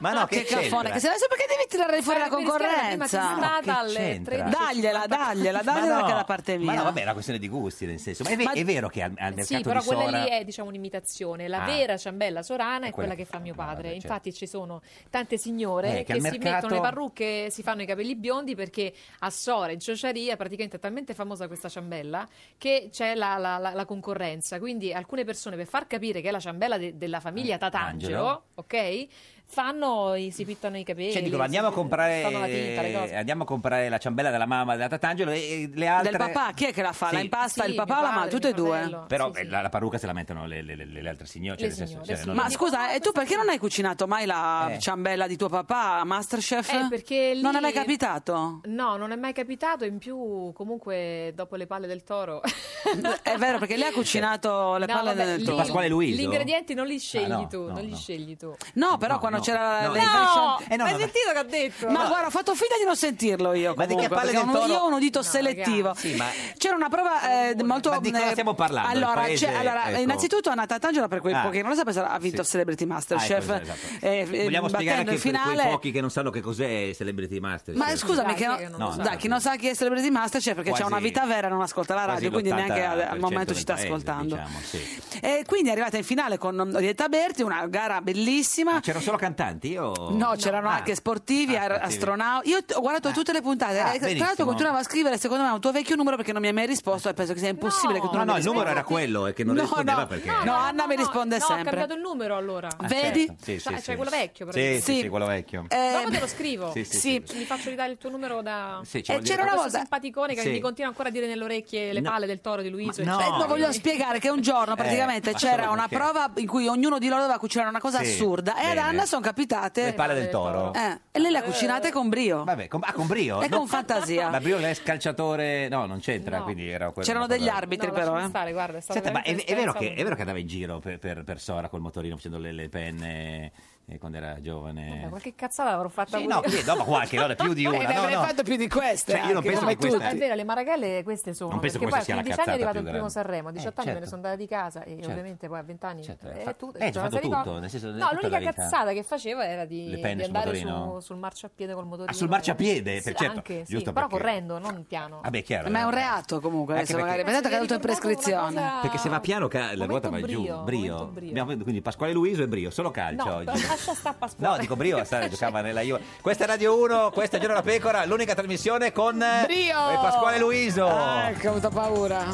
Ma no, che, Ah, Che cafone, c'entra? che se adesso perché devi tirare fuori la Eh, mi rischiare la prima concorrenza? testata alle c'entra? 13. Dagliela, dagliela, dagliela no, che è la parte mia. Ma no, vabbè, è una questione di gusti, nel senso. Ma è, ve- Ma- è vero che al, al mercato Sì, però di quella Sora... lì è diciamo un'imitazione. La Ah. vera ciambella sorana è, È quella, quella che fa mio padre. certo. Infatti ci sono tante signore Eh, che che, al si mettono mercato- le parrucche, si fanno i capelli biondi perché a Sora in Ciociaria praticamente è talmente famosa questa ciambella che c'è la, la- la- la concorrenza. Quindi alcune persone per far capire che è la ciambella de- della famiglia Eh, Tatangelo, Angelo. ok? Fanno, i- si pittano i capelli. Cioè, dicono, andiamo a, si- comprare, fanno la tinta, le cose. eh, andiamo a comprare la ciambella della mamma della Tatangelo e, e le altre... Del papà, chi è che la fa? La Sì. impasta Sì, il papà o mio la mamma? padre, Tutte e mio due. fratello. Però Sì, eh, sì. la, la parrucca se la mettono le, le- le- le altre signore. Cioè, Le nel senso, signore, cioè, sì. non- Ma scusa, e tu perché non hai cucinato mai la Eh. ciambella di tuo papà a Masterchef? Eh, perché lì- Non è mai capitato? No, non è mai capitato. In più, comunque, dopo le palle del toro. È vero, perché lei ha cucinato le No, palle vabbè, del lì- tuo Pasquale Luiso? Gli ingredienti non li scegli Ah, no, tu, no, non li no. scegli tu. No, però quando no, c'era no, le- no. le- Eh, no, Eh, hai no, sentito che ha detto? Ma guarda, ho fatto finta di non sentirlo io. Ma di comunque, che palle del perché ho un- toro? Io ho un udito No, selettivo. ragazzi. Sì, ma... C'era una prova eh, molto. Ma di cosa eh, stiamo parlando? Il Allora, paese, c'è- allora, ecco. innanzitutto Anna Tatangela, per quei Ah. pochi che non lo sapessero, ha vinto Sì. Celebrity Masterchef. Ah, ecco, esatto. eh, eh, Vogliamo spiegare battendo anche il per finale. quei pochi che non sanno che cos'è Celebrity Master. Ma scusami, Dai, che chi no- è che non lo sa? dai, chi non sa chi è Celebrity Masterchef perché c'ha Quasi- una vita vera e non ascolta la radio, quindi Quasi l'80% neanche al, al del momento ci sta paese, ascoltando. diciamo, sì. E quindi è arrivata in finale con Orietta Berti, una gara bellissima. C'erano solo cantanti? Io... No, c'erano Ah. anche sportivi, ar- sportivi. astronauti. Io t- ho guardato tutte le puntate. Ah, Eh, Tra l'altro benissimo. continuavo a scrivere, secondo me, un tuo vecchio numero perché non mi hai mai risposto e penso che sia impossibile che tu No, non no, mi il numero risponda. era quello e che non No, rispondeva no, perché... no, no, Anna mi risponde no, ho sempre. cambiato il numero allora. Vedi? Eh, certo. Sì, sì, Cioè, sì. cioè, quello vecchio, Sì, sì, praticamente. sì, quello vecchio. Dopo te lo scrivo. Sì, sì, Mi faccio ridare il tuo numero da. Sì, ci Eh, vuol dire c'era una volta- Questo simpaticone che Sì. mi continua ancora a dire nelle orecchie le No. palle del toro di Luigi. Beh, lo Eh, eh. voglio spiegare che un giorno praticamente Eh, ma c'era solo una perché? prova in cui ognuno di loro doveva cucinare una cosa Sì, assurda e ad bene. Anna sono capitate Le palle del toro. Eh, e lei le ha cucinate con brio. Vabbè, con, ah, con Brio? E <laughs> con fantasia. Ma Brio è calciatore... No, non c'entra, quindi era quello. C'erano degli arbitri No, però. lasciami eh. stare, guarda, è stato Senta, ma è, veramente è vero che, senza- è vero che andava in giro per, per- per Sora col motorino facendo le, le penne eh, quando era Vabbè, giovane? Qualche cazzata l'avrò fatta Sì, pure no, io. che- no, ma qualche, no, più <laughs> di Eh, una. ne No, avrei no. fatto più di queste. Cioè, io non anche, penso no? che questa- È vero, le maragelle queste sono. Non penso perché che questa poi sia a la 15 anni è cazzata arrivato più il primo grande. Sanremo, a 18 anni me ne certo. sono andata di casa e Certo. ovviamente poi a 20 anni. eh, tu- Eh, hai cioè, non fatto si ricorda- tutto, nel senso, No, tutta la l'unica vita. cazzata che facevo era Le di, penne di sul andare motorino? su- sul marciapiede col motorino. Ah, sul marciapiede, Sì, per- certo, anche, sì, giusto però perché- correndo, non piano. Vabbè, chiaro. Ma è un eh. reato comunque, Anche adesso magari. perché- Pensate che è caduto in prescrizione. Perché se va piano ca- la ruota va Momento giù. brio, Brio. momento brio. Abbiamo- quindi Pasquale Luiso e Brio, solo calcio No, oggi. <laughs> lascia sta Pasquale. Ah, No, dico Brio, <laughs> sta- giocava nella Juve. Questa è Radio 1, questa è Giorno la Pecora, l'unica trasmissione con eh, Brio! e Pasquale Luiso. Ah, Ecco, ho avuto paura.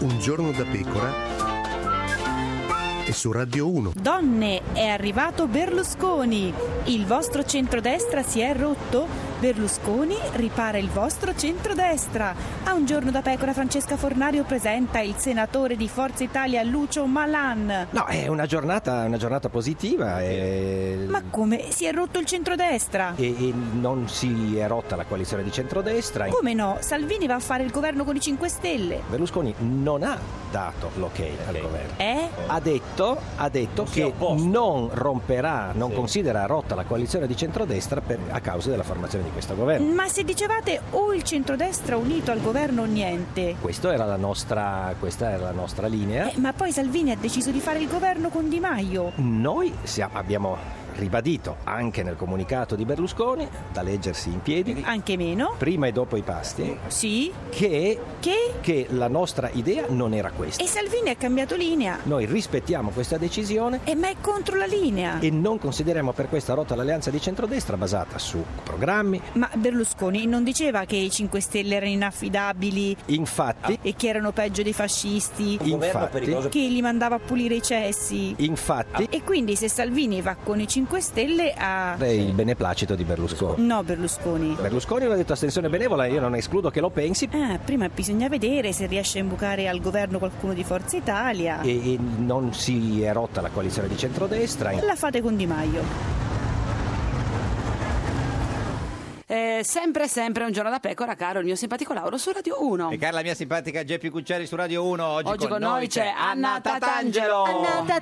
Un giorno da pecora e su Radio 1. Donne, è arrivato Berlusconi. Il vostro centrodestra si è rotto? Berlusconi ripara il vostro centrodestra. A un giorno da pecora Francesca Fornario presenta il senatore di Forza Italia Lucio Malan. No, è una giornata, una giornata positiva e, Ma come? Si è rotto il centrodestra? e- e non si è rotta la coalizione di centrodestra. Come no? Salvini va a fare il governo con i 5 Stelle. Berlusconi non ha dato l'ok al governo. Eh? Ha detto, ha detto che non romperà, non considera rotta la coalizione di centrodestra per- a causa della formazione di questo governo. Ma se dicevate o il centrodestra unito al governo o niente. Questo era la nostra- questa era la nostra linea. Eh, ma poi Salvini ha deciso di fare il governo con Di Maio. Noi siamo- abbiamo ribadito anche nel comunicato di Berlusconi, da leggersi in piedi, anche meno, prima e dopo i pasti, sì, che, che? la nostra idea non era questa. E Salvini ha cambiato linea. Noi rispettiamo questa decisione Eh, ma è contro la linea. e non consideriamo per questa rotta l'alleanza di centrodestra basata su programmi. Ma Berlusconi non diceva che i 5 Stelle erano inaffidabili Infatti, e che erano peggio dei fascisti, Un governo Infatti. pericoloso. che li mandava a pulire i cessi. infatti, E quindi se Salvini va con i 5 Stelle a... è il beneplacito di Berlusconi. No, Berlusconi. Berlusconi non ha detto astensione benevola, io non escludo che lo pensi. Ah, prima bisogna vedere se riesce a imbucare al governo qualcuno di Forza Italia. E, e non si è rotta la coalizione di centrodestra. La fate con Di Maio. Eh, sempre, sempre un giorno da pecora, caro il mio simpatico Lauro su Radio 1. E cara la mia simpatica Geppi Cucciari su Radio 1, oggi, Oggi con noi c'è Anna Tatangelo. Anna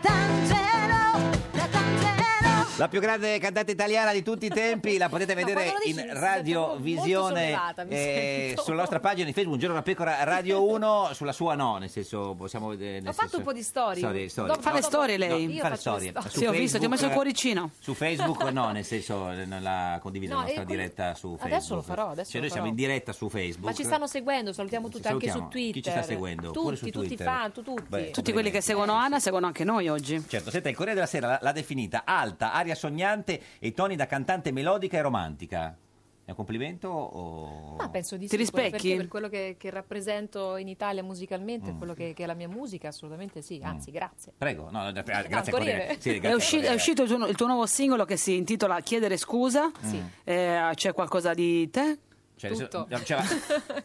La più grande cantante italiana di tutti i tempi, la potete vedere in radiovisione sollevata, mi sento. sulla nostra pagina di Facebook, Un giorno una pecora Radio 1, sulla sua no, nel senso possiamo vedere... nel Ho fatto senso- un po' di storie. Storie, storie. Dopo- Fa le dopo- storie lei? No, Io io fare faccio storie. le storie. Su Sì, ho visto, ti ho messo il eh, cuoricino. Su <laughs> Facebook no, nel senso eh, non l'ha condivisa No, la nostra e quindi- diretta su Facebook. adesso lo farò, adesso Cioè lo noi siamo farò. in diretta su Facebook. Ma ci stanno seguendo, salutiamo tutti anche su salutiamo. Twitter. Chi ci sta seguendo? Pure Tutti, su tutti i Twitter. fan, tu- tutti. Ah, Beh, Tutti quelli che seguono Anna seguono anche noi oggi. Certo, senta, il Corriere della Sera l'ha, l'ha definita alta, aria sognante e i toni da cantante melodica e romantica. È un complimento o... Ma penso di Ti sì, quello- rispecchi? perché per quello che, che rappresento in Italia musicalmente, Mm. quello che, che è la mia musica, assolutamente sì, anzi grazie. Prego, no, no, gra- grazie al Ah, Corriere. Corriere. Sì, grazie È, al usci- è Corriere. uscito il tuo, il tuo nuovo singolo che si intitola Chiedere scusa. Sì. Eh, c'è qualcosa di te? Cioè, se- no, cioè,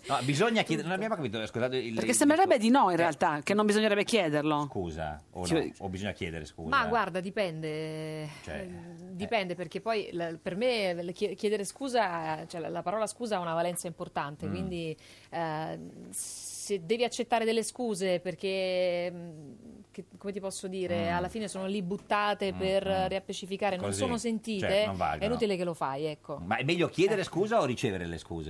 no, bisogna chiedere... Non abbiamo capito, scusate... Il, Perché sembrerebbe di Eh. no in realtà, che non bisognerebbe chiederlo. Scusa, o, no, Cioè- o bisogna chiedere scusa. Ma guarda, dipende. Cioè, Eh, Dipende perché poi la- per me le chie- chiedere scusa, cioè la, la parola scusa ha una valenza importante, Mm. quindi eh, se devi accettare delle scuse perché, mh, che- come ti posso dire, Mm. alla fine sono lì buttate per eh, riappacificare, non Mm, Così. sono sentite, Cioè, non valgono. è inutile che lo fai, ecco. Ma è meglio chiedere scusa o ricevere le scuse?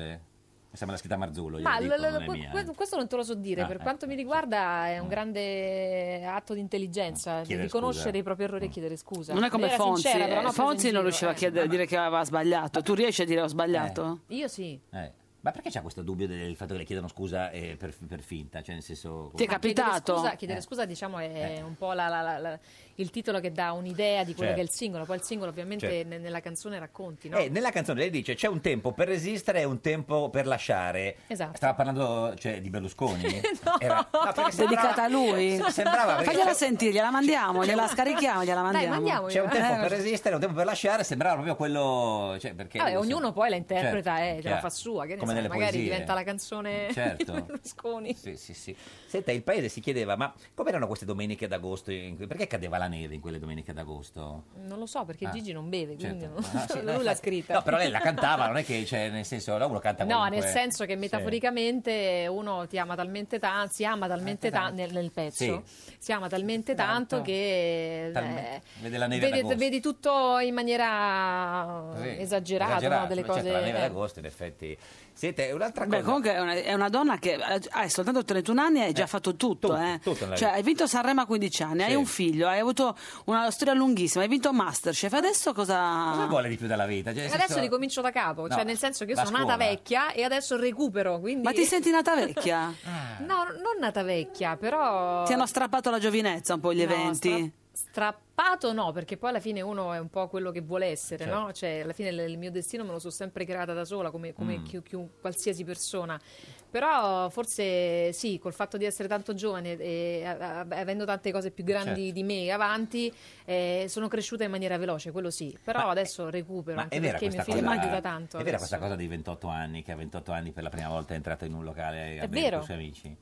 Mi sembra la scritta Marzullo, io Ma dico, l- l- non è que- mia. eh. que- questo non te lo so dire, Ah, per ecco, Mm. quanto mi riguarda è un grande atto di intelligenza, di Chiedere riconoscere scusa. i propri Mm. errori e chiedere scusa. Non è come Lei era Fonzi. sincera, però eh, no, ha preso Fonzi in non giro, riusciva a eh. chiedere- a dire che aveva sbagliato. Tu riesci a dire ho sbagliato? Io sì. Eh. Ma perché c'è questo dubbio del del fatto che le chiedano scusa eh, per, per finta? Cioè, nel senso. Ti è capitato? Eh. Chiedere scusa, Eh. chiedere scusa, diciamo, è un po' la- la- la- la- il titolo che dà un'idea di Certo. quello che è il singolo. Poi il singolo, ovviamente, Certo. ne- nella canzone racconti, no? Eh, nella canzone lei dice c'è un tempo per resistere e un tempo per lasciare. Esatto. Stava parlando cioè, di Berlusconi? <laughs> Era- no, perché sembrava- eh, dedicata a lui? se- <laughs> sembrava perché- Fagliela sentire, gliela mandiamo, gliela scarichiamo, gliela mandiamo. C'è un tempo per resistere e un tempo per lasciare, sembrava proprio quello. Cioè, perché Vabbè, non so. ognuno poi la interpreta, Certo, eh, ce la chiaro. fa sua, che Come ne sai, nelle magari poesie. diventa la canzone Certo. di Berlusconi. Sì, sì, sì. Senta, il paese si chiedeva, ma com'erano queste domeniche d'agosto? in cui- Perché cadeva la neve in quelle domeniche d'agosto? Non lo so perché Ah, Gigi non beve, quindi certo. non- <laughs> Ah, sì, no, lui l'ha infatti- scritta. No, però lei la cantava, non è che, cioè, nel senso, no, uno canta No, qualunque- nel senso che Sì. metaforicamente uno ti ama talmente tanto, si ama talmente tanto nel, nel pezzo, si ama talmente tanto, che eh, Talmente- vede la neve vedi, d'agosto. vedi tutto in maniera Sì, esagerata, no? delle certo, cose... la neve eh. d'agosto, in effetti. Siete un'altra cosa. Beh, comunque è una, è una donna che ha ha soltanto 31 anni e hai già fatto tutto. eh. tutto nella cioè, vita. hai vinto Sanremo a 15 anni, hai un figlio, hai avuto una storia lunghissima, hai vinto Masterchef. Adesso cosa. Cosa vuole di più dalla vita? Cioè, nel Ah. Adesso senso- ricomincio da capo, No, cioè nel senso che io la sono nata scuola. vecchia e adesso recupero, quindi... Ma ti senti nata vecchia? <laughs> Ah. No, non nata vecchia, però... Ti hanno strappato la giovinezza un po' gli No, eventi. Strappato no, perché poi alla fine uno è un po' quello che vuole essere, Certo. no? Cioè, alla fine il il mio destino me lo sono sempre creata da sola, come, come Mm. chi- chi- qualsiasi persona. Però forse sì, col fatto di essere tanto giovane e a- a- avendo tante cose più grandi Certo. di me avanti, eh, sono cresciuta in maniera veloce, quello sì. Però adesso recupero, Ma anche è vera perché mio questa figlio cosa, mi aiuta tanto. è vera adesso. questa cosa dei 28 anni, che a 28 anni per la prima volta è entrato in un locale a bere È con vero. i suoi amici?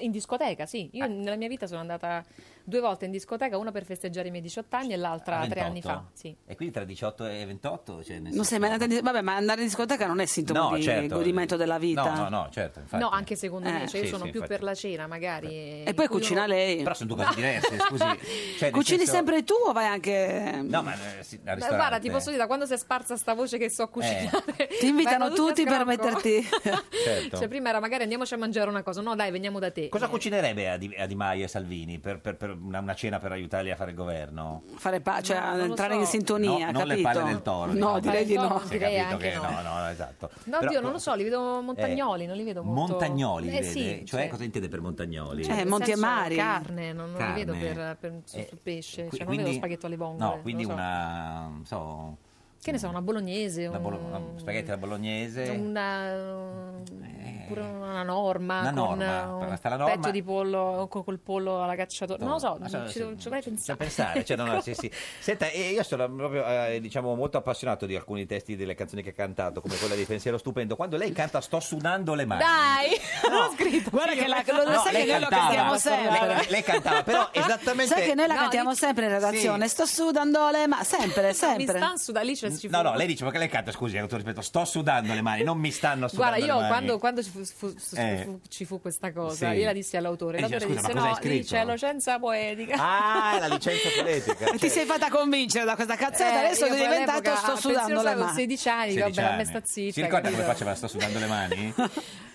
In discoteca, sì. Eh. Io nella mia vita sono andata due volte in discoteca, una per festeggiare i miei 18 anni e l'altra A tre anni 28? fa. Sì. E quindi tra 18 e 28? Cioè, nel Non senso- sei mai andata in dis- Vabbè, ma andare in discoteca non è sintomo No, di certo. godimento della vita. No, no, no, certo, infatti. No, anche secondo me, Eh. cioè io Sì, sono sì, più infatti. per la cena magari. eh, E poi cucina lei. Però <laughs> sono due cose diverse, scusi. Cioè, nel Cucini senso- sempre tu o vai anche. No, ma eh, sì, al Beh, ristorante. Eh. guarda, ti posso dire, da quando si è sparsa sta voce che so cucinare. <laughs> Ti invitano vengono tutti tutti a per scrocco. metterti. <laughs> Certo. Cioè, prima era magari andiamoci a mangiare una cosa. No, dai, veniamo da te. Cosa cucinerebbe a Di, a Di Maio e Salvini per, per- per una, una cena per aiutarli a fare il governo? Fare pa- cioè, No, non lo entrare so. in sintonia, No, non le capito? palle del toro. diciamo. No, direi di no. Si è Direi capito anche che no. no, no, esatto. No, Però- Eh. Dio, non lo so, li vedo montagnoli, non li vedo molto. Montagnoli, Eh, vede? sì, Cioè, cioè, cosa intende per montagnoli? nel Eh, monti e senso, mari. Carne, non, non li vedo Carne. per, per- su- Eh, sul pesce, qui- cioè non quindi- vedo spaghetto alle vongole. No, quindi non lo so. una, non so, Che ne so, una bolognese, una un- bolo- Mm. una spaghetti alla bolognese. una, pure una norma Una con norma, eh, però un sta la norma- petto di pollo co- col pollo alla cacciatora non lo so, No, no, ci, sì, devo- ci dovrei Cioè, pensare pensare, cioè, no, no, ecco. sì, sì. Senta, eh, io sono proprio, eh, diciamo, molto appassionato di alcuni testi delle canzoni che ha cantato, come quella di Pensiero Stupendo. Quando lei canta Sto sudando le mani. <laughs> dai l'ho scritto Guarda che la- lo- No, sai lei che noi lo cantava. cantiamo Lei, sempre. lei cantava, però esattamente... <laughs> Sai che noi la No, cantiamo sempre in redazione. Sto sudando le ma sempre, mi sempre. stanno su da lì cioè, ci No, fu- no, lei dice, perché lei canta, scusi, con tutto rispetto, sto sudando le mani, non mi stanno sudando Guarda, le io mani. quando, quando ci, fu, fu- fu- Eh. fu- ci fu questa cosa, Sì. io la dissi all'autore. E dice, L'autore "Scusa, disse: ma cosa No, hai lì scritto?" c'è licenza poetica. Ah, <laughs> è la licenza <laughs> poetica. E ti sei fatta convincere da questa cazzata, Eh, adesso io è diventato quell'epoca, sto sudando pensavo le avevo mani. 16 anni, 16 vabbè, a me anni. sta zitta. Si ricorda come capito? faceva sto sudando le mani?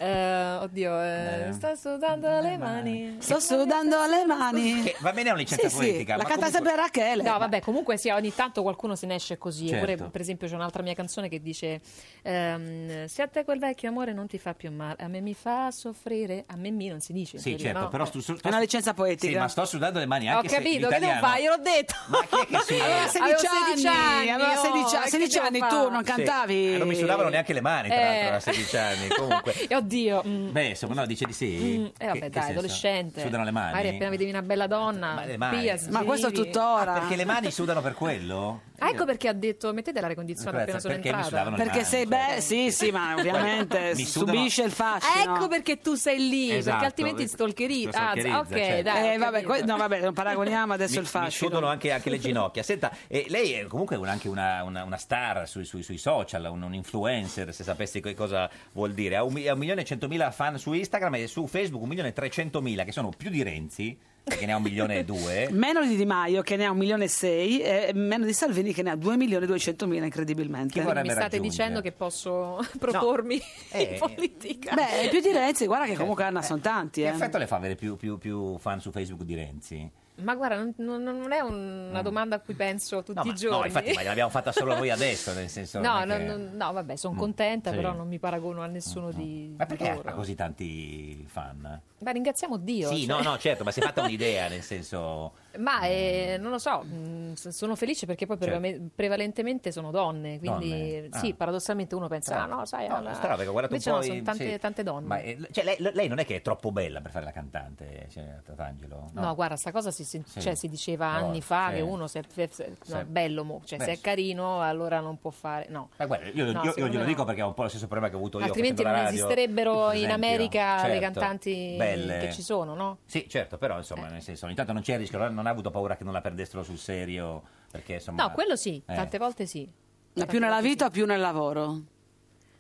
Eh, oddio, eh, Eh. sto sudando le mani. Sto sudando le mani. Che va bene, è una licenza Sì, sì, poetica. la ma canta sempre Rachele. No, vabbè, comunque sì, ogni tanto qualcuno se ne esce così. Certo. Eppure, per esempio, c'è un'altra mia canzone che dice: ehm, Se a te quel vecchio amore non ti fa più male, a me mi fa soffrire, a me mi non si dice. in Sì, teoria, certo, no? però Eh. stu- stu- È una licenza poetica. Sì, ma sto sudando le mani Ho anche se capito, che non l'italiano- fai? Io l'ho detto. Ma chi è che suda? <laughs> Allora, se- 16 Avevo 16 anni, anni, aveva oh, 16 che andiamo devo anni, fare? tu non Sì. cantavi. Ah, non mi sudavano neanche le mani, tra Eh. l'altro, a 16 anni. <laughs> Comunque. E oddio. mm, Beh, insomma, no, dice di sì. mm, eh, vabbè, Che- che dai, senso? adolescente. Sudano le mani. Magari appena vedevi una bella donna, Ma le mani. Ah, pia, Ma questo sgiri. tuttora. Perché le mani sudano per quello? Ah, ecco perché ha detto mettete l'aria condizionata appena sono Ecco, Perché mi entrata. sudavano le Perché mani, cioè. sei beh, sì, <laughs> sì, ma ovviamente Mi sudano- subisce il fascino. Ecco perché tu sei lì, Esatto. perché altrimenti ti stalkerizza. Ti stalkerizza, Ah, ok, cioè. dai. ho Eh, vabbè, capito. que- no, vabbè, non paragoniamo adesso <laughs> mi, il mi fascino. sudano anche, anche le ginocchia. Senta, eh, lei è comunque un- anche una, una- una star sui, sui- sui social, un, un influencer, se sapessi che cosa vuol dire. Ha un, mi- ha un milione e centomila fan su Instagram e su Facebook un milione e trecentomila, che sono più di Renzi, perché ne ha un milione e <laughs> due. Meno di Di Maio che ne ha un milione e sei e meno di Salvini che ne ha 2 milioni e duecentomila incredibilmente. Chi vorrebbe Mi state raggiungere. dicendo che posso <laughs> propormi Eh. in politica? Beh, più di Renzi, guarda che comunque Anna sono tanti. Che Eh. effetto le fa avere più, più- più fan su Facebook di Renzi? Ma guarda, non, non- non è un- una domanda a cui penso tutti i giorni. No, infatti, ma l'abbiamo fatta solo noi <laughs> adesso, nel senso. No, non è che- no, no, no, vabbè, sono Mm, contenta, sì. Mm, però non mi paragono a nessuno di, Ma di perché ha loro. così tanti fan? Ma ringraziamo Dio. sì, no, cioè. no, certo, ma si è <laughs> fatta un'idea, nel senso. Ma eh, non lo so, mh, s- sono felice perché poi Certo. prevame- prevalentemente sono donne, quindi Donne. Ah. sì, paradossalmente uno pensa, Strano. ah, no, sai, No, alla- strano, perché ho guardato un invece po' no, sono in- tante, sì. tante donne. Ma eh, cioè, lei, lei non è che è troppo bella per fare la cantante, cioè, Tatangelo? No, guarda, sta cosa si, si- Sì. cioè, si diceva No, anni fa sì. che uno se, se- se- no, Sì. bello, mo, cioè Beh, se è sì. carino allora non può fare, no. Ma guarda, io, io- No, io secondo glielo me dico perché è un po' lo stesso problema che ho avuto io. Altrimenti facendo non la radio, esisterebbero per in esempio. America le Certo. cantanti Belle. che ci sono, no? Sì, certo, però insomma, nel senso, ogni tanto non c'è il rischio, non ha avuto paura che non la perdessero sul serio, perché insomma... No, quello sì, Eh. tante volte sì. Ma più nella vita o più nel lavoro?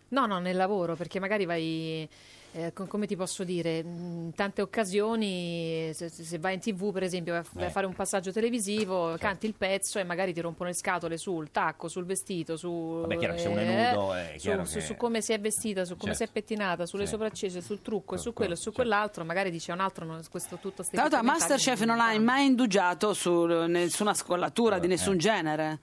No, no, nel lavoro, perché magari vai, eh, co- come ti posso dire, in tante occasioni, se, se vai in tv per esempio, vai a f- vai a Eh. fare un passaggio televisivo, Certo. canti il pezzo e magari ti rompono le scatole sul tacco, sul vestito, su, eh, Vabbè, chiaro che se uno è nudo, è su, chiaro su- che- su come si è vestita, su come Certo. si è pettinata, sulle Sì. certo. sopracciglia, sul trucco, su quello, su quell'altro, magari dice un altro, non- questo tutto Tra l'altro a Masterchef non hai mai indugiato su nessuna scollatura Eh. di nessun genere.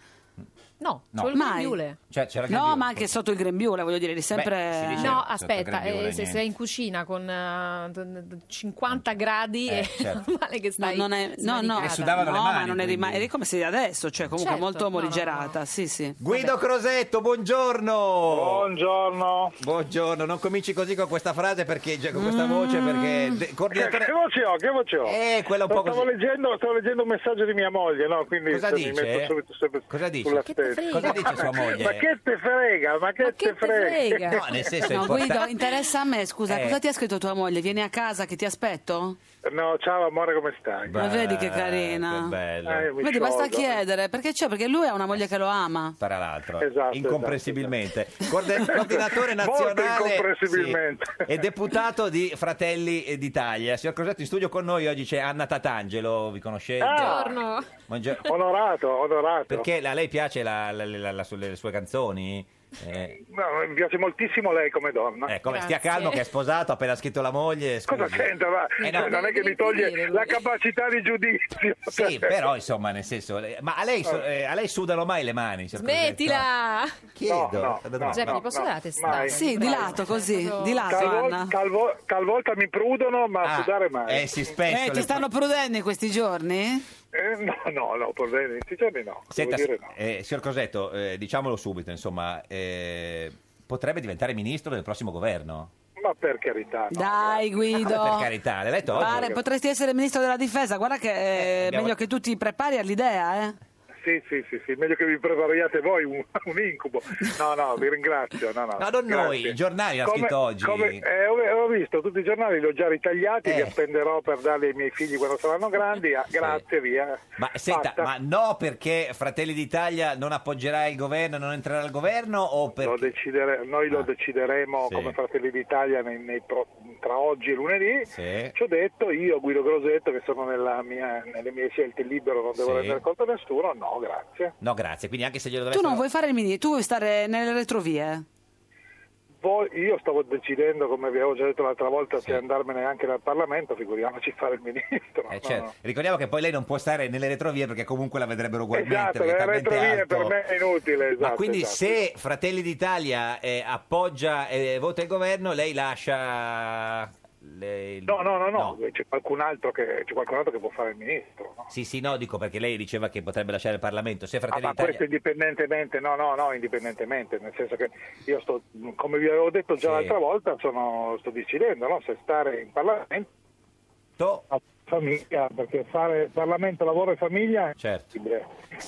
No, No. solo il Mai. grembiule. Cioè, c'era anche No, io- ma anche sotto il grembiule, voglio dire, di sempre... si dice Eh, No, sotto aspetta, grembiule, eh, se niente. sei in cucina con eh, d- d- 50 gradi Eh, è certo. <laughs> normale che stai No, non è, no, no, smanicata. no, ma non eri mai, eri come sei adesso, cioè comunque Certo, molto no, no, morigerata, sì, sì. Guido Crosetto, buongiorno! Buongiorno! Buongiorno, non cominci così con questa frase perché, già con questa voce perché... de- <laughs> coordinatore... Che voce ho? Che voce ho? Eh, quella un po' stavo, così. leggendo, stavo leggendo un messaggio di mia moglie, no? Quindi Cosa se dice? mi metto subito sempre Cosa dice? sulla Che te stessa. frega? Cosa dice sua moglie? ma che te frega? Ma che te frega? No, nel senso è Eh, No, Guido, importante- interessa a me, scusa, Eh. cosa ti ha scritto tua moglie? Vieni a casa che ti aspetto? No, ciao amore, come stai? Ma vedi che carina. Che bello. Eh, mi Vedi, basta sciolgo. chiedere, perché c'è? Perché lui ha una moglie che lo ama. Tra l'altro, Esatto, incomprensibilmente. Corde- coordinatore Molto nazionale incomprensibilmente. sì, e deputato di Fratelli d'Italia. Signor Crosetto, in studio con noi oggi c'è Anna Tatangelo, vi conoscete? Buongiorno. Buongiorno. Ah! Onorato, onorato. Perché a lei piace la- la- la- la- sulle- le sue canzoni? Eh, No, mi piace moltissimo lei come donna. ecco, beh, stia calmo che è sposato, ha appena scritto la moglie. Cosa scusi. c'entra? va? Eh, no. non è che mi toglie la capacità di giudizio. Sì, però insomma, nel senso, le- ma a lei, su- eh, a lei sudano mai le mani? signor Crosetto? Smettila! Chiedo. No, Geppi, no, posso no, dare la testata? mai. Sì, di lato, così, di lato, Talvol- Anna. talvo- talvolta mi prudono, ma Ah, sudare mai. eh, sì, spesso Eh, le- ti stanno prudendo in questi giorni? Eh, no, no, no, per bene, in questi giorni no. devo Senta, dire no. eh, signor Cosetto, eh, diciamolo subito, insomma, eh, potrebbe diventare ministro del prossimo governo? Ma per carità, no. Dai, Guido. Ah, Per carità, l'hai letto oggi? Pare- potresti essere ministro della difesa, guarda che è Eh, abbiamo- meglio che tu ti prepari all'idea, eh. Sì, sì, sì, sì, meglio che vi prepariate voi un, <laughs> un incubo. No, no, vi ringrazio. No, no, No, non grazie. noi, il giornale l'ha Come- scritto oggi. Eh. come- eh, ho, ho visto tutti i giornali, li ho già ritagliati, li appenderò per darli ai miei figli quando saranno grandi. Ah, grazie, via. Ma senta, Basta. ma no perché Fratelli d'Italia non appoggerà il governo, non entrerà al governo o perché... Ah. Lo decidere- noi lo decideremo Sì. come Fratelli d'Italia nei- nei pro- tra oggi e lunedì. Sì. Ci ho detto io, Guido Grosetto, che sono nella mia- nelle mie scelte libero, non devo Sì. rendere conto a nessuno. No, grazie. No, grazie, quindi anche se glielo Tu dovessero... non vuoi fare il ministro, tu vuoi stare nelle retrovie. Poi io stavo decidendo, come vi avevo già detto l'altra volta, se andarmene anche dal Parlamento, figuriamoci fare il ministro. Eh, No, certo. no. Ricordiamo che poi lei non può stare nelle retrovie perché comunque la vedrebbero <laughs> ugualmente. Esatto, perché è le talmente retrovie alto. per me è inutile. Ma esatto, quindi esatto. se Fratelli d'Italia eh, appoggia e vota il governo, lei lascia... le- il- No, no, no, no, C'è, qualcun altro che, c'è qualcun altro che può fare il ministro. no? Sì, sì, no, dico perché lei diceva che potrebbe lasciare il Parlamento. Se Ah, Fratelli ma d'Italia... questo indipendentemente, no, no, no, indipendentemente, nel senso che io sto, come vi avevo detto già Sì. l'altra volta, sono, sto decidendo no? se stare in Parlamento o famiglia, perché fare Parlamento, lavoro e famiglia Certo.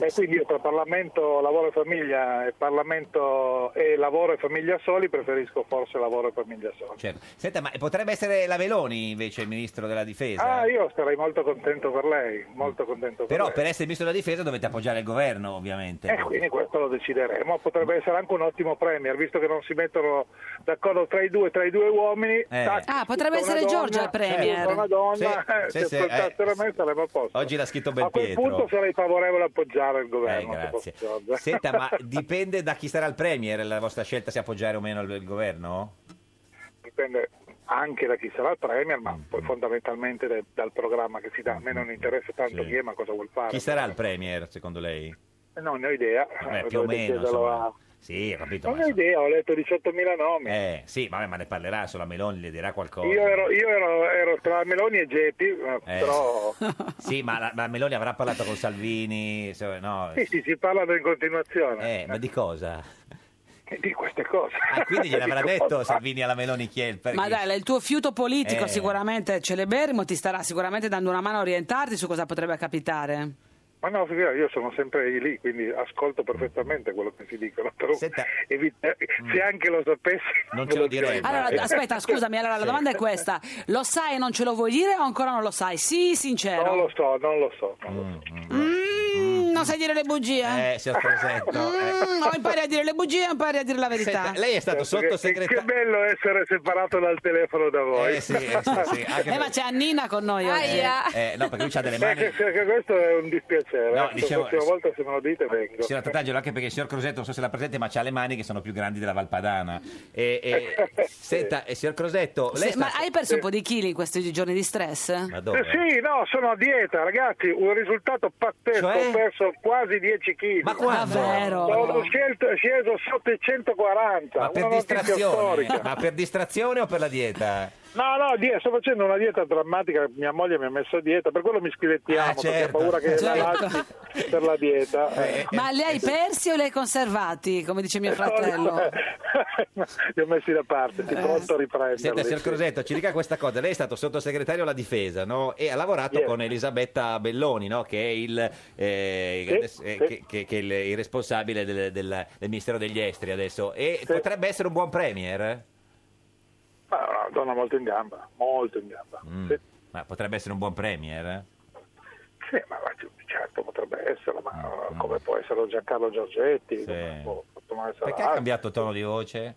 E quindi io tra Parlamento, lavoro e famiglia e Parlamento e lavoro e famiglia soli preferisco forse lavoro e famiglia soli. Certo. Senta, ma potrebbe essere la Meloni invece il ministro della difesa? Ah, io sarei molto contento per lei, molto contento Però per lei. per essere ministro della difesa dovete appoggiare il governo, ovviamente. E Eh, quindi questo lo decideremo, potrebbe essere anche un ottimo premier, visto che non si mettono d'accordo tra i due, tra i due uomini. tac, Ah, potrebbe tutta una essere donna, Giorgia il premier. tutta Una donna, Eh. Sì, eh, sì, se sì, ascoltassero me saremmo a posto. Oggi l'ha scritto A quel Belpietro. punto sarei favorevole a appoggiare il Eh, governo. se grazie. fosse Giorgia. Senta, ma dipende da chi sarà il premier la vostra scelta se appoggiare o meno il, il governo? <laughs> dipende anche da chi sarà il Premier, ma Mm. poi fondamentalmente da- dal programma che si dà. A me non interessa tanto Sì. chi è, ma cosa vuol fare. Chi sarà il premier, secondo lei? Non ne ho idea. Beh, più o Dovete meno. chiederlo insomma. a- Sì, ho capito. Non ma ne ho idea, ho letto 18.000 nomi. Eh, sì, vabbè, ma ne parlerà, solo la Meloni le dirà qualcosa. Io, ero, io ero- ero tra Meloni e Geppi, eh, Eh. però <laughs> Sì, ma la, la Meloni avrà parlato con Salvini, se- no? sì, sì, si parlano in continuazione eh, Eh, ma <laughs> di cosa? di queste cose. Ah, quindi gliel'avrà Di detto cosa? Salvini alla Meloni chi è il per- Ma dai, il tuo fiuto politico Eh. sicuramente celeberrimo ti starà sicuramente dando una mano a orientarti su cosa potrebbe capitare. Ma no, figurati, io sono sempre lì, quindi ascolto perfettamente quello che si dicono. però evi- eh, se anche lo sapessi, non te mm. lo direi. Allora, aspetta, scusami, allora la domanda è questa. Lo sai e non ce lo vuoi dire o ancora non lo sai? Sì, sincero. Non lo so, non lo so. mm. Mm, non sai dire le bugie? Eh, signor Crosetto, Mm, o impari a dire le bugie o impari a dire la verità? Senta, lei è stato Certo, che- sottosegretario. Che bello essere separato dal telefono da voi. Eh, sì, eh, sì, sì, anche Eh, ma c'è Annina con noi oggi. Eh, no, perché lui ha delle Eh, mani... che- che- che questo è un dispiacere. No, eh. dicevo- La prossima volta se me lo dite vengo. Signora Tattangelo, anche perché il signor Crosetto non so se la presente, ma ha le mani che sono più grandi della Valpadana. E, <laughs> e- senta, eh, signor Crosetto, lei Se- sta- ma hai perso un po' di chili in questi giorni di stress? Ma Eh, sì, no, sono a dieta, ragazzi, un risultato pazzesco, Cioè? ho perso quasi 10 kg. Ma quando? Davvero? Sono scelto- sceso sotto i 140, Ma per una notizia storica. distrazione? Ma per distrazione o per la dieta? No, no, die- sto facendo una dieta drammatica, mia moglie mi ha messo a dieta, per quello mi schilettiamo, Ah, perché ho certo. paura che la Certo. lasci per la dieta. Eh. Ma li hai persi o li hai conservati, come dice mio No, fratello? <laughs> Eh. Li ho messi da parte, ti pronto a riprenderli. Senta, signor Crosetto, ci dica questa cosa. Lei è stato sottosegretario alla difesa no? e ha lavorato Yes. con Elisabetta Belloni, no? che è il, eh, Sì, adesso- eh, sì. che- che- che è il- il responsabile del, del- del Ministero degli Esteri adesso. E potrebbe essere un buon premier? Ma è una donna molto in gamba, molto in gamba. Mm. Ma potrebbe essere un buon premier? Sì, ma la- certo potrebbe essere, Ah, ma come può essere Giancarlo Giorgetti, Boh, come può- possono essere Perché ha altri, cambiato tono di voce?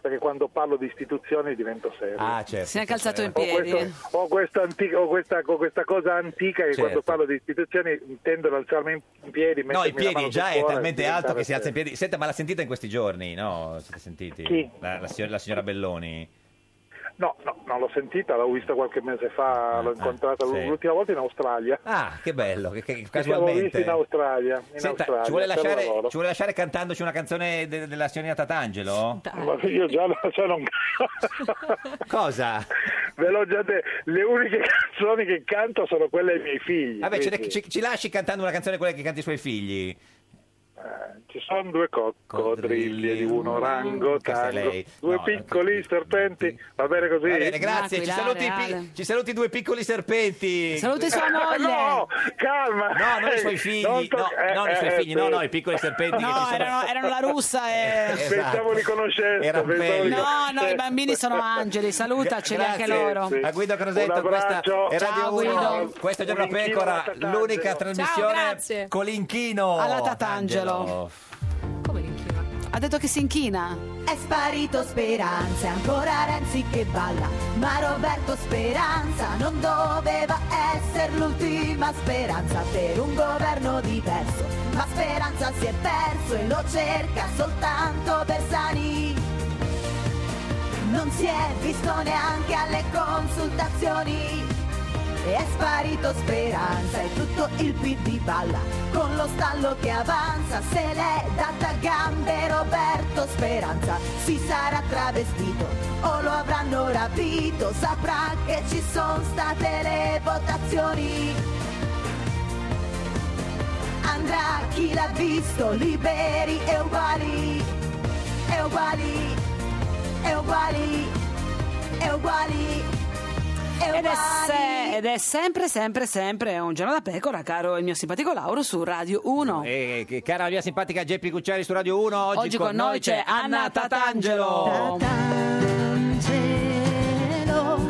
perché quando parlo di istituzioni divento serio. Ah, certo. Si è calzato in Ho, piedi. questo- ho questo antico- ho questa, ho questa cosa antica che Certo. quando parlo di istituzioni tendo ad alzarmi in- in piedi. No, mettermi i la piedi mano già sul è cuore e talmente diventare alto che si alza in serio. piedi. Senta, ma l'ha sentita in questi giorni? No, siete sentiti? Chi? La, la signora, la signora Belloni. No, no, non l'ho sentita, l'ho vista qualche mese fa, l'ho incontrata Ah, sì. l'ultima volta in Australia. Ah, che bello, che, che- Ci siamo visti casualmente. in Australia. In Senta, Australia ci vuole, per lasciare, lavoro. ci vuole lasciare cantandoci una canzone de- della signorina Tatangelo? Ma io già, già non <laughs> Cosa? Ve l'ho già detto, le uniche <laughs> canzoni che canto sono quelle ai miei figli. Vabbè, ce ne- quindi, ci, ci lasci cantando una canzone quella che canti i suoi figli. eh, ci sono due coccodrilli ed un orango Questa è lei. tango, due No, piccoli serpenti, va bene così? Va bene, grazie. Ci saluti, i pi- ci saluti i due piccoli serpenti. Saluti sua moglie. <laughs> No, calma. No, non i suoi figli. No, Non to- eh, non i suoi eh, figli, no, sì. no, i piccoli serpenti. che ci No, sono. erano, erano la russa e... Esatto. Pensavo li conoscesse. Era un pensavo li bello. No, no, i conoscesse. bambini sono angeli, salutaceli Grazie anche loro. A Guido Crosetto, Un questa abbraccio. è Radio Ciao, 1. Guido. Questo è Giorno Un inchino alla Pecora, Tatangelo. l'unica Ciao, trasmissione grazie. con l'inchino. Alla Tatangelo. Ha detto che si inchina. È sparito Speranza, è ancora Renzi che balla, ma Roberto Speranza non doveva essere l'ultima speranza per un governo diverso, ma Speranza si è perso e lo cerca soltanto Bersani. Non si è visto neanche alle consultazioni. E è sparito speranza e tutto il PD balla con lo stallo che avanza se l'è data a gambe Roberto Speranza si sarà travestito o lo avranno rapito saprà che ci sono state le votazioni andrà chi l'ha visto liberi e uguali e uguali e uguali e uguali e Ed è, uguali se- ed è sempre, sempre, sempre un giorno da pecora, caro il mio simpatico Lauro su Radio 1. E eh, cara la mia simpatica Geppi Cucciari su Radio 1, oggi, Oggi con noi c'è Anna Tatangelo. cielo,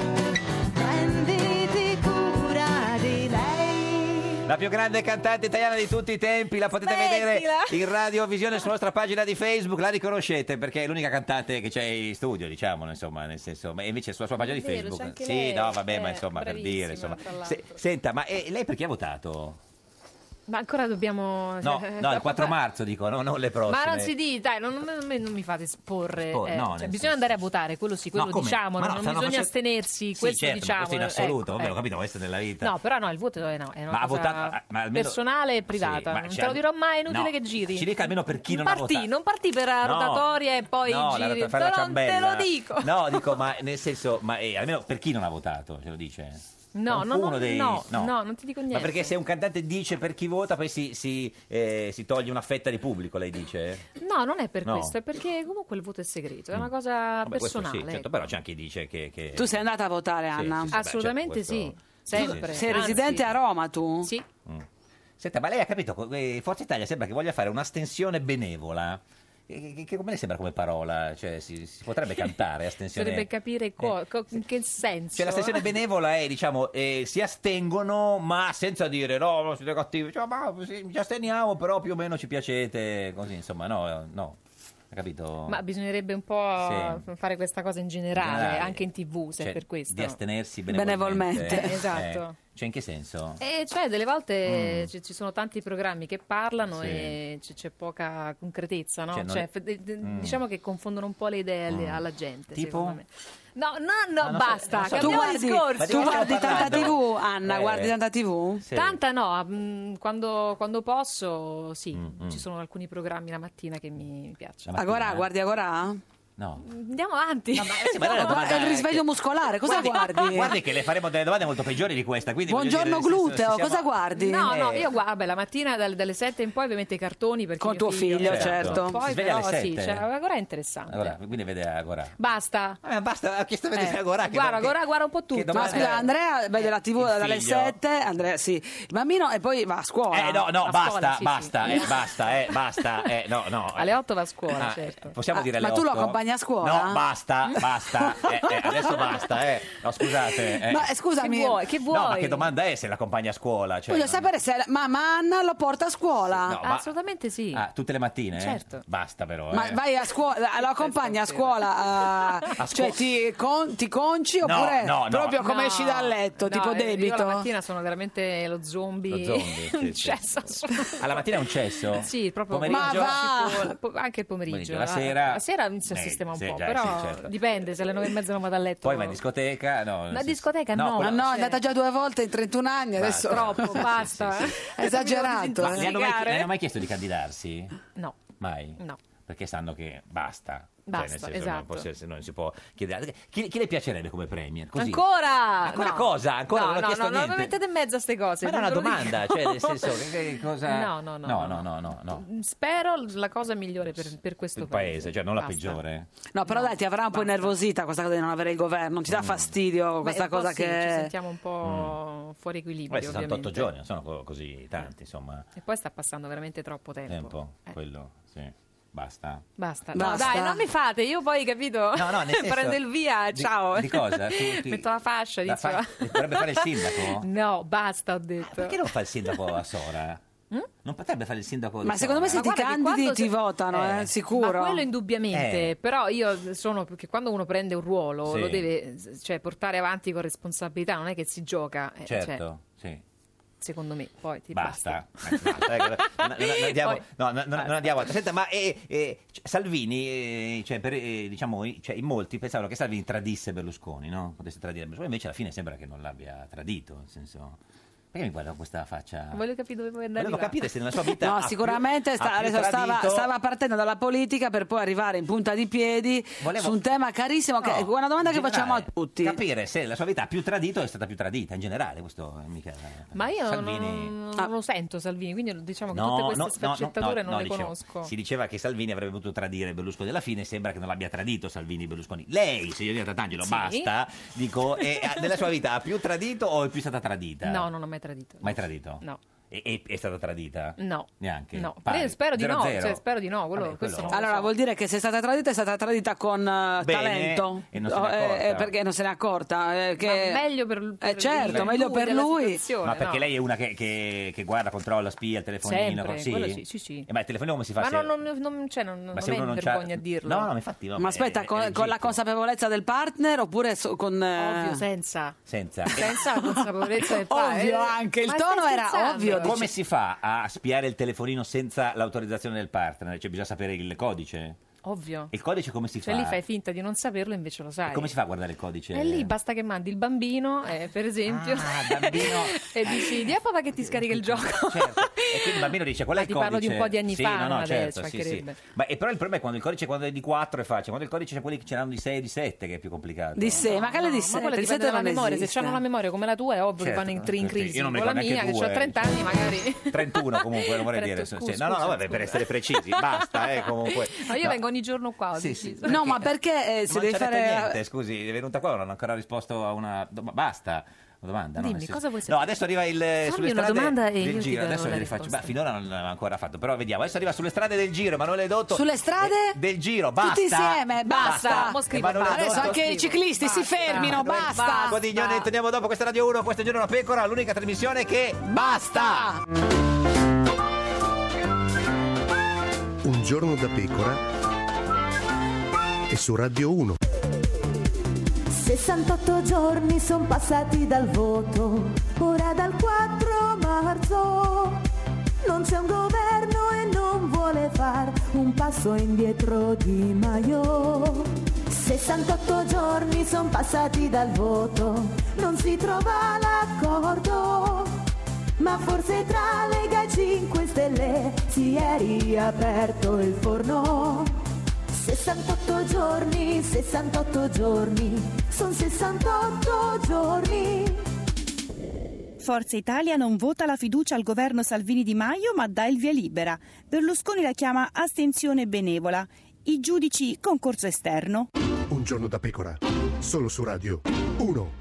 prenditi cura di lei. La più grande cantante italiana di tutti i tempi, la potete Smettila. vedere in radiovisione sulla nostra pagina di Facebook, la riconoscete perché è l'unica cantante che c'è in studio, diciamo, insomma, nel senso, ma invece sulla sua pagina di È vero, Facebook. c'è anche sì, lei, no, vabbè, ma eh, insomma, per bravissima, dire, insomma. tra Se- senta, ma eh, lei per chi ha votato? Ma ancora dobbiamo... <laughs> No, no, il 4 marzo dico, no, non le prossime. Ma non si di, dai, non, non- non mi- non mi fate esporre. Esporre, eh, no, cioè, nel bisogna senso- andare a votare, quello sì, quello No, come? Ma diciamo, non- no, non stanno bisogno facendo- astenersi, Sì, questo certo, ma diciamo. questo in eh, assoluto, vabbè, ecco, ho eh. capito, questo è nella vita. No, però no, il voto è, no, è una Ma ha cosa votato- ah, ma almeno- personale e privata. ma non c'è te lo al- dirò mai, è inutile no, che giri. Ci dica almeno per chi non ha partì, votato. non partì per la No, rotatoria e poi no, la giri. rotta- fare la non te ciambella. lo dico. <laughs> No, dico, ma nel senso, ma eh, almeno per chi non ha votato, ce lo dice. No, Non no, fu no, uno dei- no, no. no, non ti dico niente. Ma perché se un cantante dice per chi vota, poi si, si, eh, si toglie una fetta di pubblico, lei dice? No, non è per No. questo, è perché comunque il voto è segreto, è una Mm. cosa Vabbè, questo personale. ecco. sì, certo, però c'è anche chi dice che... che- Tu sei andata a votare, Sì, Anna? sì, sì, beh, Assolutamente certo, sì, questo- sempre. Sei Anzi, residente a Roma tu? Sì. Senta, ma lei ha capito, co- eh, Forza Italia sembra che voglia fare un'astensione benevola. Che, che- che- come le sembra come parola? Cioè, si, si potrebbe cantare astensione... Dovrebbe capire co- co- in che senso. Cioè, eh. la stazione benevola è, diciamo, eh, si astengono, ma senza dire no, non siete cattivi. Cioè, ma sì, ci asteniamo, però più o meno ci piacete. Così, insomma, no, no. Ha capito? Ma bisognerebbe un po' Sì. fare questa cosa in generale, Generale. anche in tv, se Cioè, è per questo. Di astenersi benevolmente. Benevolmente. Eh, Esatto. Cioè, in che senso? E cioè, delle volte Mm. ci, ci sono tanti programmi che parlano Sì. e c- c'è poca concretezza, no? Cioè, non- Cioè, f- de- de- Mm. Diciamo che confondono un po' le idee alle- Mm. alla gente, Tipo? secondo me. No, no, no, Ma Ah, non so- basta, non so- Tu cambiamo guardi, discorso. tu guardi tanta TV, Anna, Eh. guardi tanta TV? Sì. Tanta no, mm, quando, quando posso sì, Mm, mm. ci sono alcuni programmi la mattina che mi mi piacciono. La mattina? eh? Agora, guardi agora? No. Andiamo avanti. ma allora la domanda Guarda il è risveglio muscolare, cosa guardi? Ah, Guardi che le faremo delle domande molto peggiori di questa. Quindi voglio Buongiorno dire, nel senso, gluteo, se siamo- cosa guardi? No, no, Eh. io guardo, vabbè, la mattina dal- dalle 7 in poi ovviamente i cartoni perché Con mio tuo figlio, certo. Si Poi sveglia però alle sì, 7? cioè, Agora è interessante. Allora, quindi vede Agora. Basta. Eh, basta, ho chiesto a vedere Agorà, che- Guarda, che- Agora guarda un po' tutto. eh. Ma domanda- Eh, scusa, Andrea vede la TV dalle figlio. 7, Andrea sì, il bambino e poi va a scuola. Eh no, no, A scuola, basta, sì, basta, sì. <laughs> eh, basta, eh, basta, eh, no, no. eh. Alle 8 va a scuola, Ah, certo. Possiamo Ah, dire alle ma tu lo 8? accompagni a scuola? No, basta, basta, eh, eh, adesso basta, eh. No, scusate. eh. Ma eh, scusami, Che vuoi? Che vuoi? No, ma che domanda è se l'accompagni a scuola? Cioè, Voglio non- sapere se la- mamma Anna lo porta a scuola. No, ma- Assolutamente sì. Ah, tutte le mattine? eh? Certo. Basta però, Ma eh. vai a scuola, lo accompagni a <laughs> scuola, eh, A cioè scuola. ti, con- ti conci No, oppure no, no. proprio come No, esci dal letto, no, tipo eh, Io la debito? mattina sono veramente lo zombie. <laughs> Lo zombie, sì, un sì. cesso assoluto. Alla mattina è un <laughs> cesso? Sì, proprio Pomeriggio? pomeriggio, Ma si può- po- anche il pomeriggio. Pomeriggio, la sera- la sera si Eh, sistema un sì, po', già, però sì, certo. dipende se alle 9 e mezza non vado a letto. Poi vai in discoteca? No, nel La senso- discoteca no, Cioè, Ma quella- Ah, no, è andata già due volte in 31 anni, adesso <laughs> troppo, basta. Esagerato. eh. Ma le hanno, mai, Spiegare? le hanno mai chiesto di candidarsi? No, Mai? no. Perché sanno che basta. Cioè, Basta, nel senso, esatto. Non, può, se- se non si può chiedere. Chi, chi le piacerebbe come premier? Così. Ancora! Ancora No. cosa? Ancora no, non ho no, chiesto no, non niente. mi mettete in mezzo a queste cose. Ma era una ve lo dico. domanda, cioè nel senso che, <laughs> che cosa... No, no, no, No, no, no, no, no. Spero la cosa migliore per, per questo Il paese, cioè non la Basta. peggiore. No, però dai, ti avrà un po' innervosita questa cosa di non avere il governo, ti dà Mm. fastidio Beh, questa un po' cosa sì, Ci che... sentiamo un po' Mm. fuori equilibrio. Beh, 68 ovviamente. giorni, non sono co- così tanti, insomma. E poi sta passando veramente troppo tempo. Tempo, Eh. quello, sì. Basta. Basta. Basta. No, dai, non mi fate, io poi capito. No, no, nel senso- <laughs> prendo il via, Di- ciao. di cosa? <laughs> Tu- ti- Metto la fascia, La diceva. fa- dovrebbe fare il sindaco? <laughs> Ah, No, basta, ho detto. Perché non fa il sindaco a <laughs> Sora? Mm? Non potrebbe fare il sindaco di Ma secondo me se Sora? ti guarda che candidi quando ti se- votano, Eh. eh, sicuro. Ma quello indubbiamente, Eh. però io sono perché quando uno prende un ruolo Sì. lo deve s- cioè, portare avanti con responsabilità, non è che si gioca, eh, cioè, Certo, sì. secondo me, poi ti Basta. Eh, basta, ecco, non- non andiamo- Poi- no, non- non- non andiamo avanti. Senta, ma eh, eh, c- Salvini, eh, cioè, per, eh, diciamo, i- cioè, in molti pensavano che Salvini tradisse Berlusconi, no? Potesse tradire Berlusconi, invece alla fine sembra che non l'abbia tradito, nel senso... Perché mi guarda con questa faccia? Voglio capire dove vuoi andare. Volevo capire se nella sua vita... No, ha più- sicuramente sta- ha più adesso stava, tradito- stava partendo dalla politica per poi arrivare in punta di piedi Volevo- su un tema carissimo. Che, No, una domanda in che facciamo a generale, tutti. Capire se la sua vita ha più tradito o è stata più tradita in generale, questo eh, mica... Ma io Salvini- non, non lo sento Salvini, quindi diciamo che tutte queste sfaccettature non no, le dicevo, conosco. Si diceva che Salvini avrebbe potuto tradire Berlusconi alla fine, sembra che non l'abbia tradito Salvini Berlusconi. Lei, signorina Tatangelo, Sì. basta, <laughs> dico, eh, nella sua vita ha più tradito o è più stata tradita? No, non l'ho mai tradito. Mai tradito? No. E, e- è stata tradita? No. Neanche? No. Pari. Io spero di no, 0-0. cioè, spero di no, quello- Vabbè, questo quello- non lo Allora, vuol dire che se è stata tradita è stata tradita con eh, Bene, talento. e non se n'è Oh, eh, accorta. eh, perché non se n'è accorta. eh, che- Ma meglio per, per Eh, certo, lui, meglio per della lui. situazione, Ma perché no. lei è una che, che- che guarda, controlla, spia il telefonino? Sempre, così? quello sì, sì, sì. Eh, ma il telefonino come si fa? Ma se- non, non, non, cioè, non, non ma se mi uno non c'ha- vergogna a dirlo. No, no, infatti. no, Ma aspetta, è- è con, con la legittimo. consapevolezza del partner oppure so- con... eh, Ovvio, senza. Senza. <laughs> Eh. Senza la consapevolezza del <laughs> Ovvio padre. anche, il Ma tono stai era scherzando? ovvio. codice. come si fa a spiare il telefonino senza l'autorizzazione del partner? Cioè, bisogna sapere il codice. Ovvio. Il codice come si Cioè fa? lì fai finta di non saperlo e invece lo sai. Come si fa a guardare il codice? E lì basta che mandi il bambino, eh, per esempio, Ah, <laughs> e dici, dia a papà che ti scarica il gioco. <laughs> E quindi il bambino dice qual è Ma il Ah, ti codice? parlo di un po' di anni Sì, fa, no, no, ma certo, adesso, sì, sì. mancherebbe. Ma e però il problema è quando il codice quando è di 4 è facile, quando il codice c'è quelli che ce n'hanno di 6 e di 7 che è più complicato. Di sé, ma quella di sé, Ma quella di sé dipende dalla non memoria, se esiste. hanno una memoria come la tua è ovvio Certo, che vanno in, in certo, crisi. io non mi Con la ricordo mia, neanche che ho due. eh. 30 anni magari. 31 comunque, non vorrei dire. 31, sì. scusa, no, no, vabbè, scusa. per essere precisi, basta, eh, comunque. <laughs> Ma io No. vengo ogni giorno qua, ho deciso. No, ma perché eh, se non devi ci ha detto fare... niente, scusi, è venuta qua, non ha ancora risposto a una do- ma basta. Una domanda, no? Dimmi, Nel senso- cosa vuoi No, sapere? adesso arriva il eh, sulle una strade domanda e io del ti giro, darò adesso la le rifaccio. Ma finora non l'aveva ancora fatto, però vediamo. Adesso arriva sulle strade del giro, Emanuele Dotto. Sulle strade? Eh, del giro, basta. Tutti insieme, basta. Basta. Emanuele Adesso Dotto. anche i ciclisti si fermino, Noi- basta. Codignone, torniamo dopo questa è Radio 1, questo è Giorno una Pecora, l'unica trasmissione che basta. Un giorno da pecora e su Radio 1. 68 giorni sono passati dal voto, ora dal 4 marzo. Non c'è un governo e non vuole far un passo indietro di Maio. 68 giorni sono passati dal voto, non si trova l'accordo. Ma forse tra Lega e 5 Stelle si è riaperto il forno. 68 giorni, 68 giorni, sono 68 giorni. Forza Italia non vota la fiducia al governo Salvini Di Maio ma dà il via libera. Berlusconi la chiama astensione benevola. I giudici concorso esterno. Un giorno da pecora, solo su Radio 1.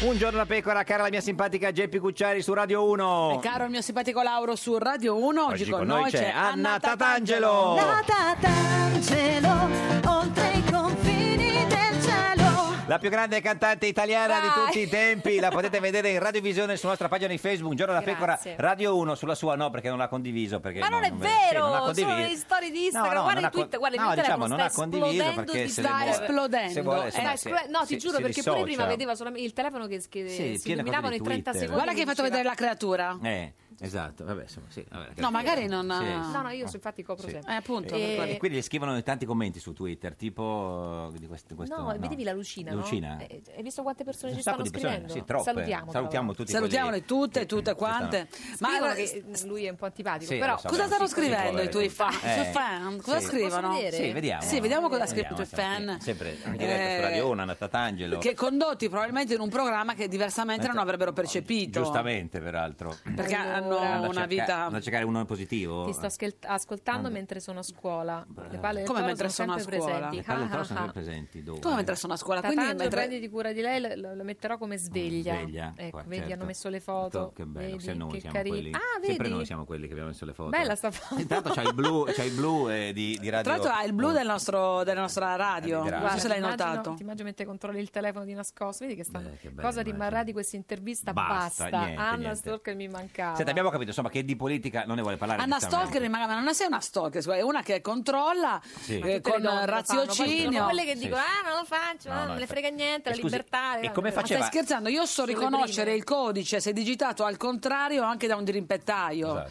Un giorno da pecora, cara la mia simpatica Geppi Cucciari su Radio 1. E caro il mio simpatico Lauro su Radio 1, oggi, Oggi con noi c'è Anna Tatangelo. La Tatangelo, oltre i confini del cielo. La più grande cantante italiana di tutti i tempi, la <laughs> potete vedere in radiovisione sulla nostra pagina di Facebook, Giorno da Pecora, Grazie. Radio 1, sulla sua no perché non l'ha condiviso. Perché Ma non è sì, non l'ha vero, sono condiviso. le storie di No, Instagram, no, non guarda il ha con- Twitter, guarda il no, mio diciamo, telefono non ha sta condiviso esplodendo perché di se ne Sta muore. Se vuole, se- Sta se- esplo- no, ti si- giuro, si perché pure prima dissocia. vedeva solamente il telefono che, Sì, che si piene cose illuminavano di in 30 Twitter. secondi. Guarda che hai fatto vedere la creatura. Eh, esatto, vabbè, insomma, sì. vabbè, No, magari non ha- Sì, sì. No, no, io so- infatti copro Sì. sempre. Eh, appunto, E- per E quindi gli scrivono tanti commenti su Twitter, tipo eh, di questo, questo no, vedevi la lucina, no? Lucina. Eh, Hai visto quante persone Un ci sacco stanno di persone, scrivendo? sì, troppe. Salutiamo. Salutiamo tutti Salutiamole tutte, tutte quante. Ma Ma che eh, lui è un po' antipatico, Sì, però lo so, cosa beh, stanno sì, così scrivendo i poveri. tuoi fan? I Eh, tuoi fan? Cosa sì. scrivono? Posso vedere? Sì, vediamo. Sì, vediamo cosa ha Vediamo, scritto i tuoi siamo fan. qui, Eh, Sempre in diretta su Eh, Radio 1, Anna Tatangelo. Che condotti probabilmente in un programma che diversamente non avrebbero percepito. Giustamente, peraltro. Perché hanno Andando a una cerca- vita. andando a cercare uno positivo. Ti sto ascol- ascoltando mentre sono a scuola. Le palle del Come toro mentre sono a sono sempre scuola? presenti. Le Parli Ah, però ah, sono ah. sempre presenti dove? Come mentre sono a scuola? Quindi Tatangelo, mentre- prenditi cura di lei, lo, lo metterò come sveglia. Sveglia, Ecco, qua, vedi, certo. hanno messo le foto. Che bello, vedi, se noi che siamo cari- quelli. Ah, vedi? Sempre noi siamo quelli che abbiamo messo le foto. Bella sta foto. Intanto c'hai il blu, c'hai il blu eh, di, di Radio Eh, Tra l'altro ha il blu del nostro- della nostra radio, Grazie. non so Guarda, se l'hai ti immagino- notato. Ti immagino mentre controlli il telefono di nascosto. Vedi che stanno. che bella Cosa immagine. rimarrà di questa intervista? Basta, niente, Anna niente. Stalker mi mancava. Senta, abbiamo capito insomma che di politica non ne vuole parlare. Anna giustamente. Stalker, ma, ma non sei una stalker, scusa, è una che controlla Sì. eh, Ma tutte Tutte le con donne lo fanno, poi ci sono raziocinio. quelle che Sì, dicono: sì. Ah, non lo faccio, No, ah, no, non le infatti. frega niente, E la scusi, libertà. e eh, come eh, Ah, Ma stai faceva- scherzando? Io so Sulle riconoscere prime. il codice se digitato al contrario anche da un dirimpettaio.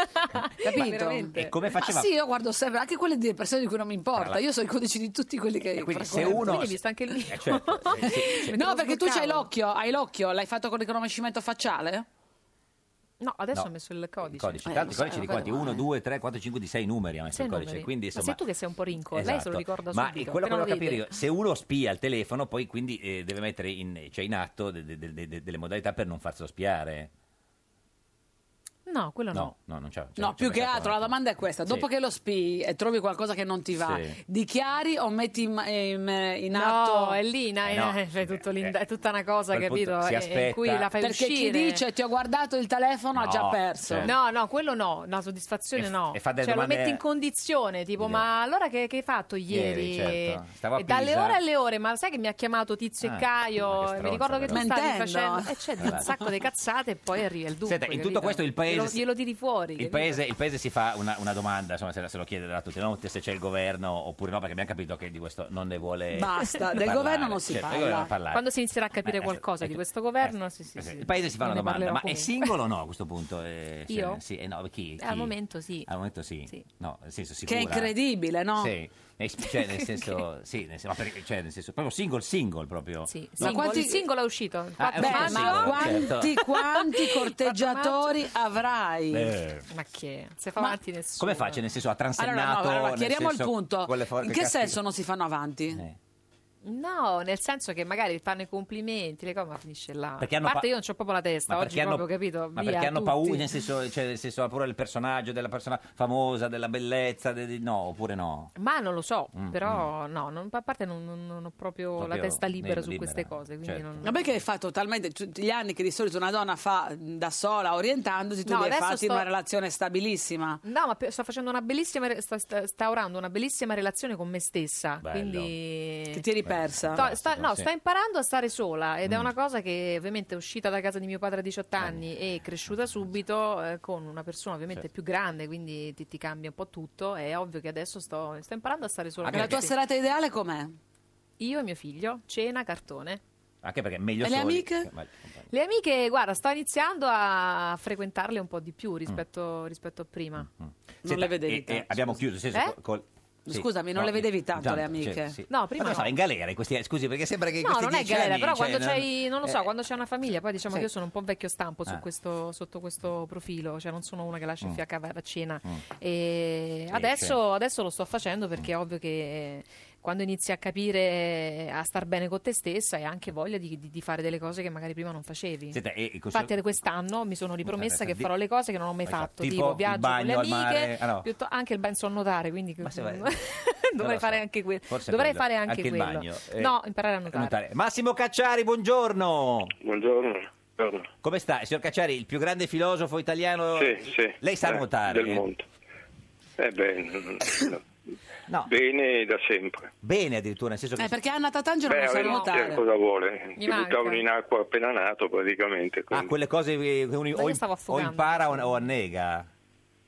<laughs> Capito? veramente. E Esatto. come faceva- Ma sì, io guardo sempre anche quelle delle persone di cui non mi importa. Io so i codici di tutti quelli che quindi se frequento. uno- Quindi hai visto anche il mio. Eh, certo, eh, sì, sì. No, perché tu c'hai l'occhio, hai l'occhio, l'hai fatto con riconoscimento facciale? No, adesso No. ho messo il codice. Il codice, Eh, tanto lo i so, codici di lo so. quanti? 1, 2, 3, 4, 5, di 6 numeri ha messo Sei il codice. numeri. Quindi, Ma insomma, sei tu che sei un po' rinco, lei se Esatto. lo ricorda Ma subito. quello che però volevo capire vede. io, se uno spia il telefono, poi quindi eh, deve mettere in, cioè in atto de- de- de- de- delle modalità per non farselo spiare. No, quello no. No, no, non c'è. c'è- No, c'è più che pensato, altro no. la domanda è questa: Certo, Sì. dopo che lo spi e trovi qualcosa che non ti va, Sì. dichiari o metti in, in- eh, in atto? No, è lì, na- Eh, no. eh, <laughs> è, tutto l'inda- è tutta una cosa, a quel capito? punto si È- aspetta. in cui la fai Perché chi uscire. dice ti ho guardato il telefono ha No, già perso. certo. No, no, quello no, la soddisfazione E- no. e fa delle cioè, lo domande- metti in condizione, tipo, Dire- ma allora che, che hai fatto ieri? Ieri, certo. Stavo a E dalle Pisa. ore alle ore, ma sai che mi ha chiamato Tizio Ah, e ma che Caio? e mi stronza, ricordo che tu però. stavi Mentendo. facendo. E c'è di un Esatto. sacco di cazzate e poi arriva il dunque. Senta, in tutto capito? questo il E lo glielo, paese- glielo tiri fuori. Il capito? paese, il paese si fa una, una domanda, insomma, se, la- se lo chiede da tutti, non se c'è il governo oppure no, perché abbiamo capito che di questo non ne vuole. <laughs> Basta, del parlare. governo non si Certo, del parla. governo non parlare. Quando si inizierà a capire Eh, qualcosa di questo governo, sì, sì, sì. Il paese si fa Ne una domanda, parlerò ma è comunque. singolo o no a questo punto? Eh, se- Io? Sì, eh, no, chi, Eh, Al chi? momento sì. Al momento sì. No, nel senso Che Ah, sicura. è incredibile, no? Sì. <laughs> Nel- Cioè, nel senso, sì, nel senso, ma perché- cioè, nel senso, proprio single, single proprio. Sì, No, singolo. il singolo è uscito? Il Ah, è 4 uscito il maggio? singolo. Ma quanti, Certo. <laughs> quanti corteggiatori avrai? Eh. Ma che? Se fa Ma- avanti nessuno. Come faccio? Nel senso, ha Allora, no, transennato. allora nel chiariamo il senso, punto. con le for- In che che cazzo- senso non si fanno avanti? Eh. No, nel senso che magari fanno i complimenti, le cose, ma finisce là. Perché A hanno parte pa- io non c'ho proprio la testa, oggi perché hanno- proprio, capito? Ma Via, perché hanno tutti. paura, nel senso, cioè, nel senso, ha paura del personaggio, della persona famosa, della bellezza, de- di- no, oppure no? Ma non lo so, Mm, però no, non- a parte non, non- non ho proprio, Proprio la testa libera libera, su queste cose, quindi certo. non... Vabbè che hai fatto talmente tutti gli anni che di solito una donna fa da sola orientandosi, tu No, li hai adesso fatti in sto- una relazione stabilissima. No, ma pe- sto facendo una bellissima, re- sto sta- instaurando una bellissima relazione con me stessa, quindi... Che ti eri persa. Eh. Sto- sta- no, Sì. sto imparando a stare sola ed è una cosa che ovviamente è uscita da casa di mio padre a 18 anni e cresciuta subito eh, con una persona ovviamente Certo. più grande, quindi ti, ti cambia un po' tutto. È ovvio che adesso sto, sto imparando a stare sola. Ma la con me tua stessa. serata ideale com'è? Io e mio figlio, cena, cartone. Anche perché è meglio E le soli. Eh, amiche? Ma- Le amiche, guarda, sto iniziando a frequentarle un po' di più rispetto, rispetto a prima. Senta, le vedevi e- e abbiamo chiuso, nel senso, Eh? col- col- sì. Scusami, non le vedevi tanto intanto, le amiche? cioè, sì. No, prima Ma non no. so, è in galera in questi- eh, scusi, perché sembra che in No, questi non è dieci galera, anni, però cioè, quando c'hai, non lo so, eh, quando c'è una famiglia, poi diciamo sì. che io sono un po' vecchio stampo su Ah. questo, sotto questo profilo, cioè non sono una che lascia il Mm. fiaca a cena. Mm. E Sì, adesso, certo. adesso lo sto facendo perché è ovvio che eh, quando inizi a capire, eh, a star bene con te stessa e anche voglia di, di- di fare delle cose che magari prima non facevi. Senta, eh, e- e questo- Infatti eh, quest'anno mi sono ripromessa che Di- farò le cose che non ho mai Hai fatto, fatto, tipo tipo il viaggio con le bagno al amiche, mare, ah, no. piuttosto- anche il ben sonnotare, quindi <laughs> se vai- <laughs> lo dovrei so. fare anche quello. Forse Dovrei quello. fare anche, Anche il quello. bagno, eh. No, imparare a non nuotare. tale. Massimo Cacciari, buongiorno. Buongiorno. Buongiorno. Come sta? Signor Cacciari, il più grande filosofo italiano. Sì, sì. Lei sa Eh, nuotare? Del mondo. Eh beh, n- n- No. bene da sempre. Bene addirittura, nel senso che... Eh, perché Anna Tatangelo non beh, sa aveva nuotare. cosa vuole. Mi Ti buttavano manca. in acqua appena nato praticamente. Ah, quelle cose che che uno io o, im- stavo o affogando, impara o, o annega.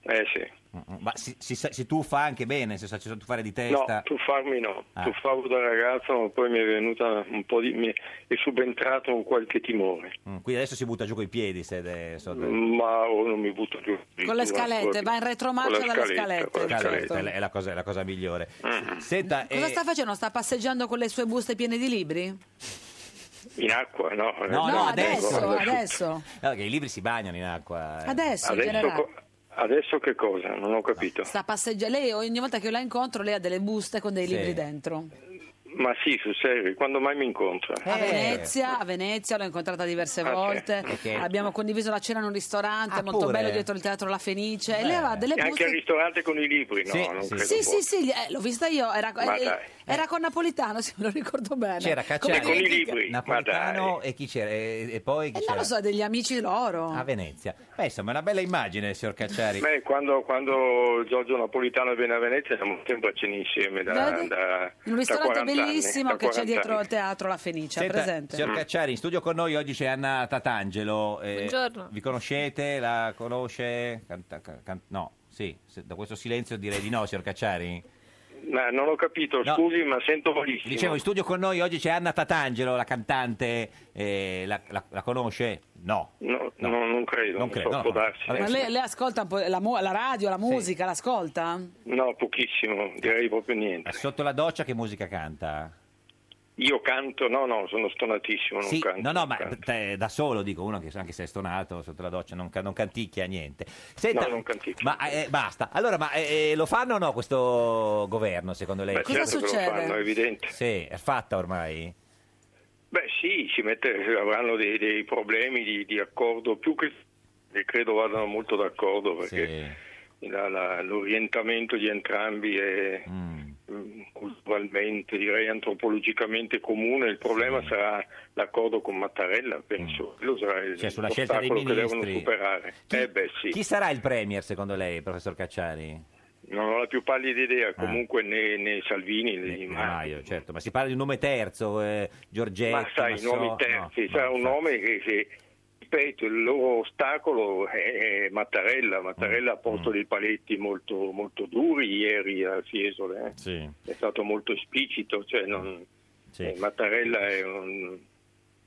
Eh sì. Mm, mm, Ma si, si, sa- si tuffa anche bene, se sa ci sa tuffare di No, testa. tuffarmi no. Ah. Tuffavo da ragazzo, ma poi mi è venuta un po' di... mi è subentrato un qualche timore. Mm, Quindi adesso si butta giù coi piedi. Se de- so- Ma oh, non mi butto giù. Con le scalette, va in retromarcia Con la dalle scaletta, con Mm. la scalette, scaletta. È la- è, la cosa, è la cosa migliore. Senta, Cosa eh, sta facendo? Sta passeggiando con le sue buste piene di libri? In acqua, no? No, no, adesso, adesso, Guarda, adesso. no, che i libri si bagnano in acqua. eh. Adesso, in Adesso generale. co- adesso che cosa? Non ho capito. Sta passeggiando. Lei ogni volta che io la incontro, lei ha delle buste con dei Sì. libri dentro. Ma sì, su serio, quando mai mi incontra? A Eh. Venezia, a Venezia l'ho incontrata diverse Ah, volte. Ok. Abbiamo condiviso la cena in un ristorante molto pure. Eh. bello dietro il teatro La Fenice. E lei aveva delle E anche buste. al ristorante con i libri, no? Sì, non sì. credo Sì, sì, possa. sì, eh, l'ho vista io. Era, Ma eh, dai. era con Napolitano, <laughs> se me lo ricordo bene. C'era Cacciari, Ecco, Come- Napolitano e chi c'era? E, e poi chi Eh, Non c'era? lo so, degli amici loro. A Venezia. Beh, insomma, è una bella immagine, signor Cacciari. Beh, quando, quando Giorgio Napolitano venne a Venezia, siamo sempre a cena insieme da, Vedi? da, In un da ristorante 40 anni, bellissimo da che c'è 40 dietro anni. Mm. il teatro La Fenice, ha Senta, presente. Signor Cacciari, in studio con noi oggi c'è Anna Tatangelo. eh, Buongiorno. Vi conoscete? La conosce? Canta- ca- can- no, sì, se- da questo silenzio direi di no, signor Cacciari. Ma non ho capito, No. scusi, ma sento malissimo. Dicevo, in studio con noi oggi c'è Anna Tatangelo, la cantante. eh, la, la- la conosce? No. No, no, non credo, Non non credo, so, no, può no. darsi. Ma lei, lei ascolta un po' la, mu- la radio, la musica, l'ascolta? No, pochissimo, direi proprio niente. Sotto la doccia che musica canta? Io canto, no, no, sono stonatissimo, non Sì, canto. no, no, non ma canto. te- da solo dico uno che anche se è stonato sotto la doccia non, ca- non canticchia niente. Senta, No, non Ma eh, basta. Allora, ma eh, lo fanno o no questo governo secondo lei? Beh, Cosa certo che lo succede? fanno, è evidente. Sì, è fatta ormai. Beh sì, si mette- avranno dei, dei problemi di, di accordo, più che e credo vadano molto d'accordo perché la- la- l'orientamento di entrambi è mm, culturalmente, direi antropologicamente comune, il problema sarà l'accordo con Mattarella, penso, quello sarà il Cioè, sulla scelta dei ostacolo che devono ministri. superare. Eh beh sì, Chi sarà il premier secondo lei, professor Cacciari? non ho la più pallida Ah. idea, comunque né, né Salvini né Di Maio. certo, ma si parla di un nome terzo, eh, Giorgetti, Ma sai, i Massò, nomi terzi, no, sarà no, un fa- nome che, che ripeto, il loro ostacolo è è Mattarella. Mattarella ha posto dei paletti molto, molto duri ieri a Fiesole. eh. Sì. È stato molto esplicito. Cioè non- eh, Mattarella è un,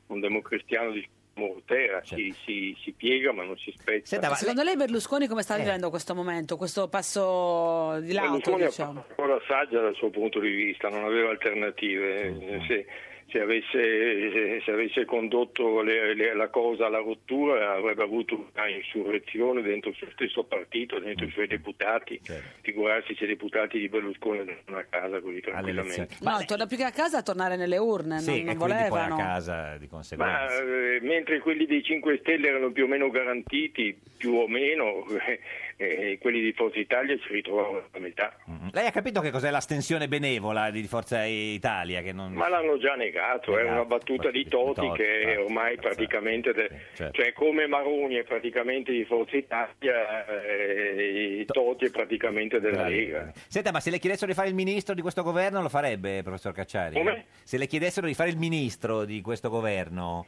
un democristiano di Mortera, si, si- si piega ma non si spezza. Secondo lei Berlusconi come sta Eh. vivendo questo momento, questo passo di lato? Berlusconi ha Diciamo? fatto una cosa saggia dal suo punto di vista, non aveva alternative. Se, se avesse, se avesse condotto le- le- la cosa alla rottura avrebbe avuto una insurrezione dentro il suo stesso partito, dentro i suoi deputati, figurarsi se i deputati di Berlusconi andavano a casa così tranquillamente. No, torna più che a casa a tornare nelle urne, non, non volevano. casa di conseguenza. Ma eh, mentre quelli dei 5 Stelle erano più o meno garantiti, più o meno, <laughs> eh, quelli di Forza Italia si ritrovavano a metà. Lei ha capito che cos'è l'astensione benevola di Forza Italia? Che non... Ma l'hanno già negato, è Negato, una battuta di Toti Totti, che è ormai praticamente, de- certo. cioè come Maroni è praticamente di Forza Italia, eh, Toti è praticamente della Lega. Senta, ma se le chiedessero di fare il ministro di questo governo lo farebbe, professor Cacciari? Come? Se le chiedessero di fare il ministro di questo governo...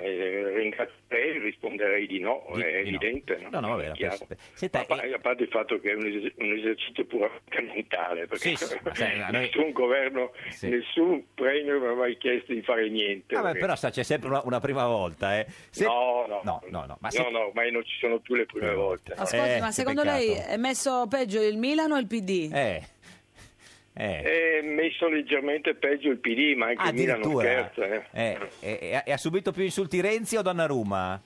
Eh, ringrazierei, risponderei di no, è evidente. No, no? no, vabbè, È la chiaro. pers- a, pa- a parte il fatto che è un, es- un esercizio puramente mentale, perché Sì, <laughs> sì, ma sai, ma noi- nessun governo, nessun premio mi ha mai chiesto di fare niente. Ah, beh, perché- però sa, c'è sempre una, una prima volta, eh. Se- No, no, no, no, no, ma no, se- no, ormai non ci sono più le prime volte. Ascolti, Eh, ma secondo lei è messo peggio il Milano o il PD? Eh, È messo leggermente peggio il PD, ma anche Ah, il Milan non addirittura. scherza. eh. Eh, e- e- e ha subito più insulti Renzi o Donnarumma?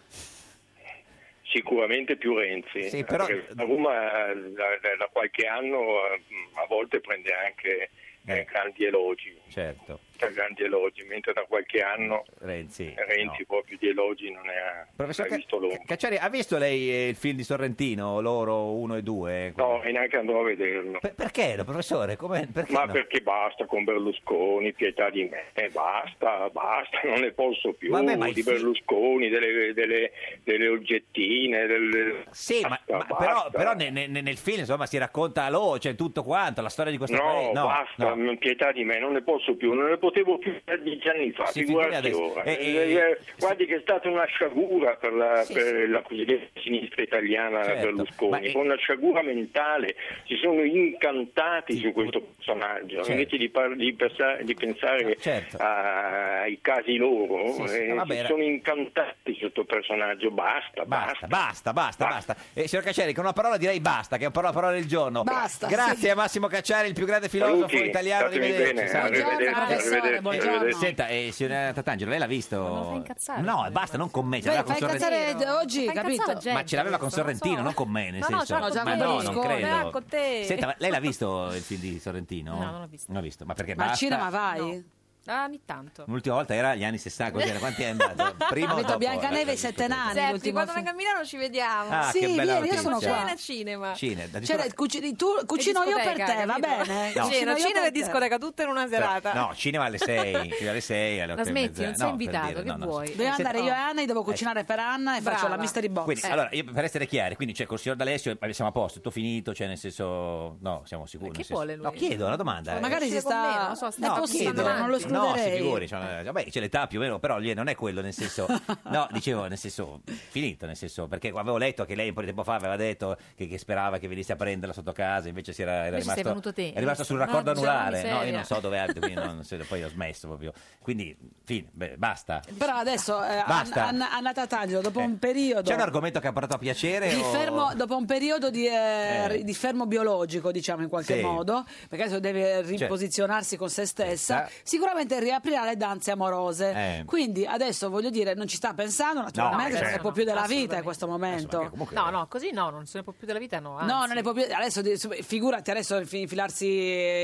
Sicuramente più Renzi. Sì, però- perché la Roma eh, da, da- da qualche anno eh, a volte prende anche eh, grandi elogi. Certo, cioè grandi elogi, mentre da qualche anno Renzi. Renzi proprio di elogi non ne ha, Professor non ha Ca- visto l'ombra. Cacciari, ha visto lei eh, il film di Sorrentino, loro 1 e 2? No, e neanche andrò a vederlo. Perché, no, professore? Come, perché Ma no? perché basta con Berlusconi, pietà di me, eh, basta, basta, non ne posso più Vabbè, ma i di fi- Berlusconi, delle, delle, delle oggettine, delle... Sì, ma, Basta, ma però, basta. però ne- ne- nel film insomma si racconta l'o, cioè tutto quanto, la storia di questo No, paese. basta, m- pietà di me, non ne posso più, non ne potevo più per dieci anni fa, Sì, figurati figuri adesso. ora. Eh, Eh, eh, eh, guardi che è stata una sciagura per la, Sì, per sì. la cosiddetta sinistra italiana Certo, ma Berlusconi, è- con una sciagura mentale, si sono incantati su questo personaggio, Certo. invece di, par- di pensa- di pensare certo. a- ai casi loro, Sì, sì, eh, ah, vabbè, si era- sono incantati su questo personaggio, basta, Basta, basta, basta, basta. Eh, signor Cacciari, con una parola direi basta, che è un po' la parola del giorno. Basta, Grazie sì. a Massimo Cacciari, il più grande filosofo Saluti, italiano. statemi bene, Salve. arrivederci, Buongiorno, professore, arrivederci, buongiorno. Eh, arrivederci. Senta, eh, signora Tatangelo, lei l'ha fa visto? incazzare. No, basta, non con me. ce Beh, l'aveva fa con Sorrentino. incazzare oggi, Fa incazzare capito? la gente. Ma ce l'aveva con Sorrentino, non con me, nel No, no, senso. già con ma te. no, non Berlusconi. credo. Già con te. Senta, ma lei l'ha visto il film di Sorrentino? No, non l'ho visto. Non l'ho visto, ma perché Ma al basta? cinema vai? Ah, ogni tanto. L'ultima volta era gli anni 60, cos'era? Quanti è <laughs> andato? Prima Ho o detto dopo? Biancaneve e Sette Nani. Seppi, l'ultimo quando film. venga a Milano ci vediamo. Ah, sì, che bella vieni, io sono notizia. qua. Cena, cinema. Cine, addirittura- Cioè, cucini- tu- cucino io per te, va bene? No. Cucino Cena, io cinema per te. e discoteca tutta in una Cioè, serata. No, cinema alle 6, alle 6, alle 8 La smetti, non sei invitato, che vuoi? Eh, Devo andare io e Anna, io devo cucinare per Anna e faccio Brava. la mystery box. eh. Quindi, allora, io, per essere chiari, quindi cioè, col signor D'Alessio eh, siamo a posto, tutto finito, cioè nel senso... No, siamo sicuri. che nel senso- vuole lui? Oh, No, chiedo, è una domanda. eh. Magari si uscire con me, non sta... lo so, è sta- No, possibile, chiedo. non lo No, si escluderei. figuri, cioè, vabbè, c'è l'età più o meno, però lì non è quello, nel <laughs> senso... No, dicevo, nel senso, finito, nel senso, perché avevo letto che lei un po' di tempo fa aveva detto che, che sperava che venisse a prenderla sotto casa, invece si era, era Invece sei rimasto... venuto te. È rimasto sul No, raccordo diciamo anulare, no? Io miseria. non so dove abito, quindi non so, poi ho smesso proprio. Quindi, fine, beh, basta. Però adesso, eh, Basta. Anna, Anna Tataglio, dopo Eh. un periodo... C'è un argomento che ha portato a piacere? Di o- fermo- dopo un periodo di, eh, Eh. di fermo biologico, diciamo in qualche Sì. Certo. modo, perché adesso deve riposizionarsi con se stessa, sicuramente riaprirà le danze amorose. Eh. Quindi adesso voglio dire, non ci sta pensando, naturalmente, certo. non ne può più della vita in questo momento. No, no, così no, non se ne può più della vita, no. anzi. No, non ne può più. Adesso di- su- figurati adesso infi- infilarsi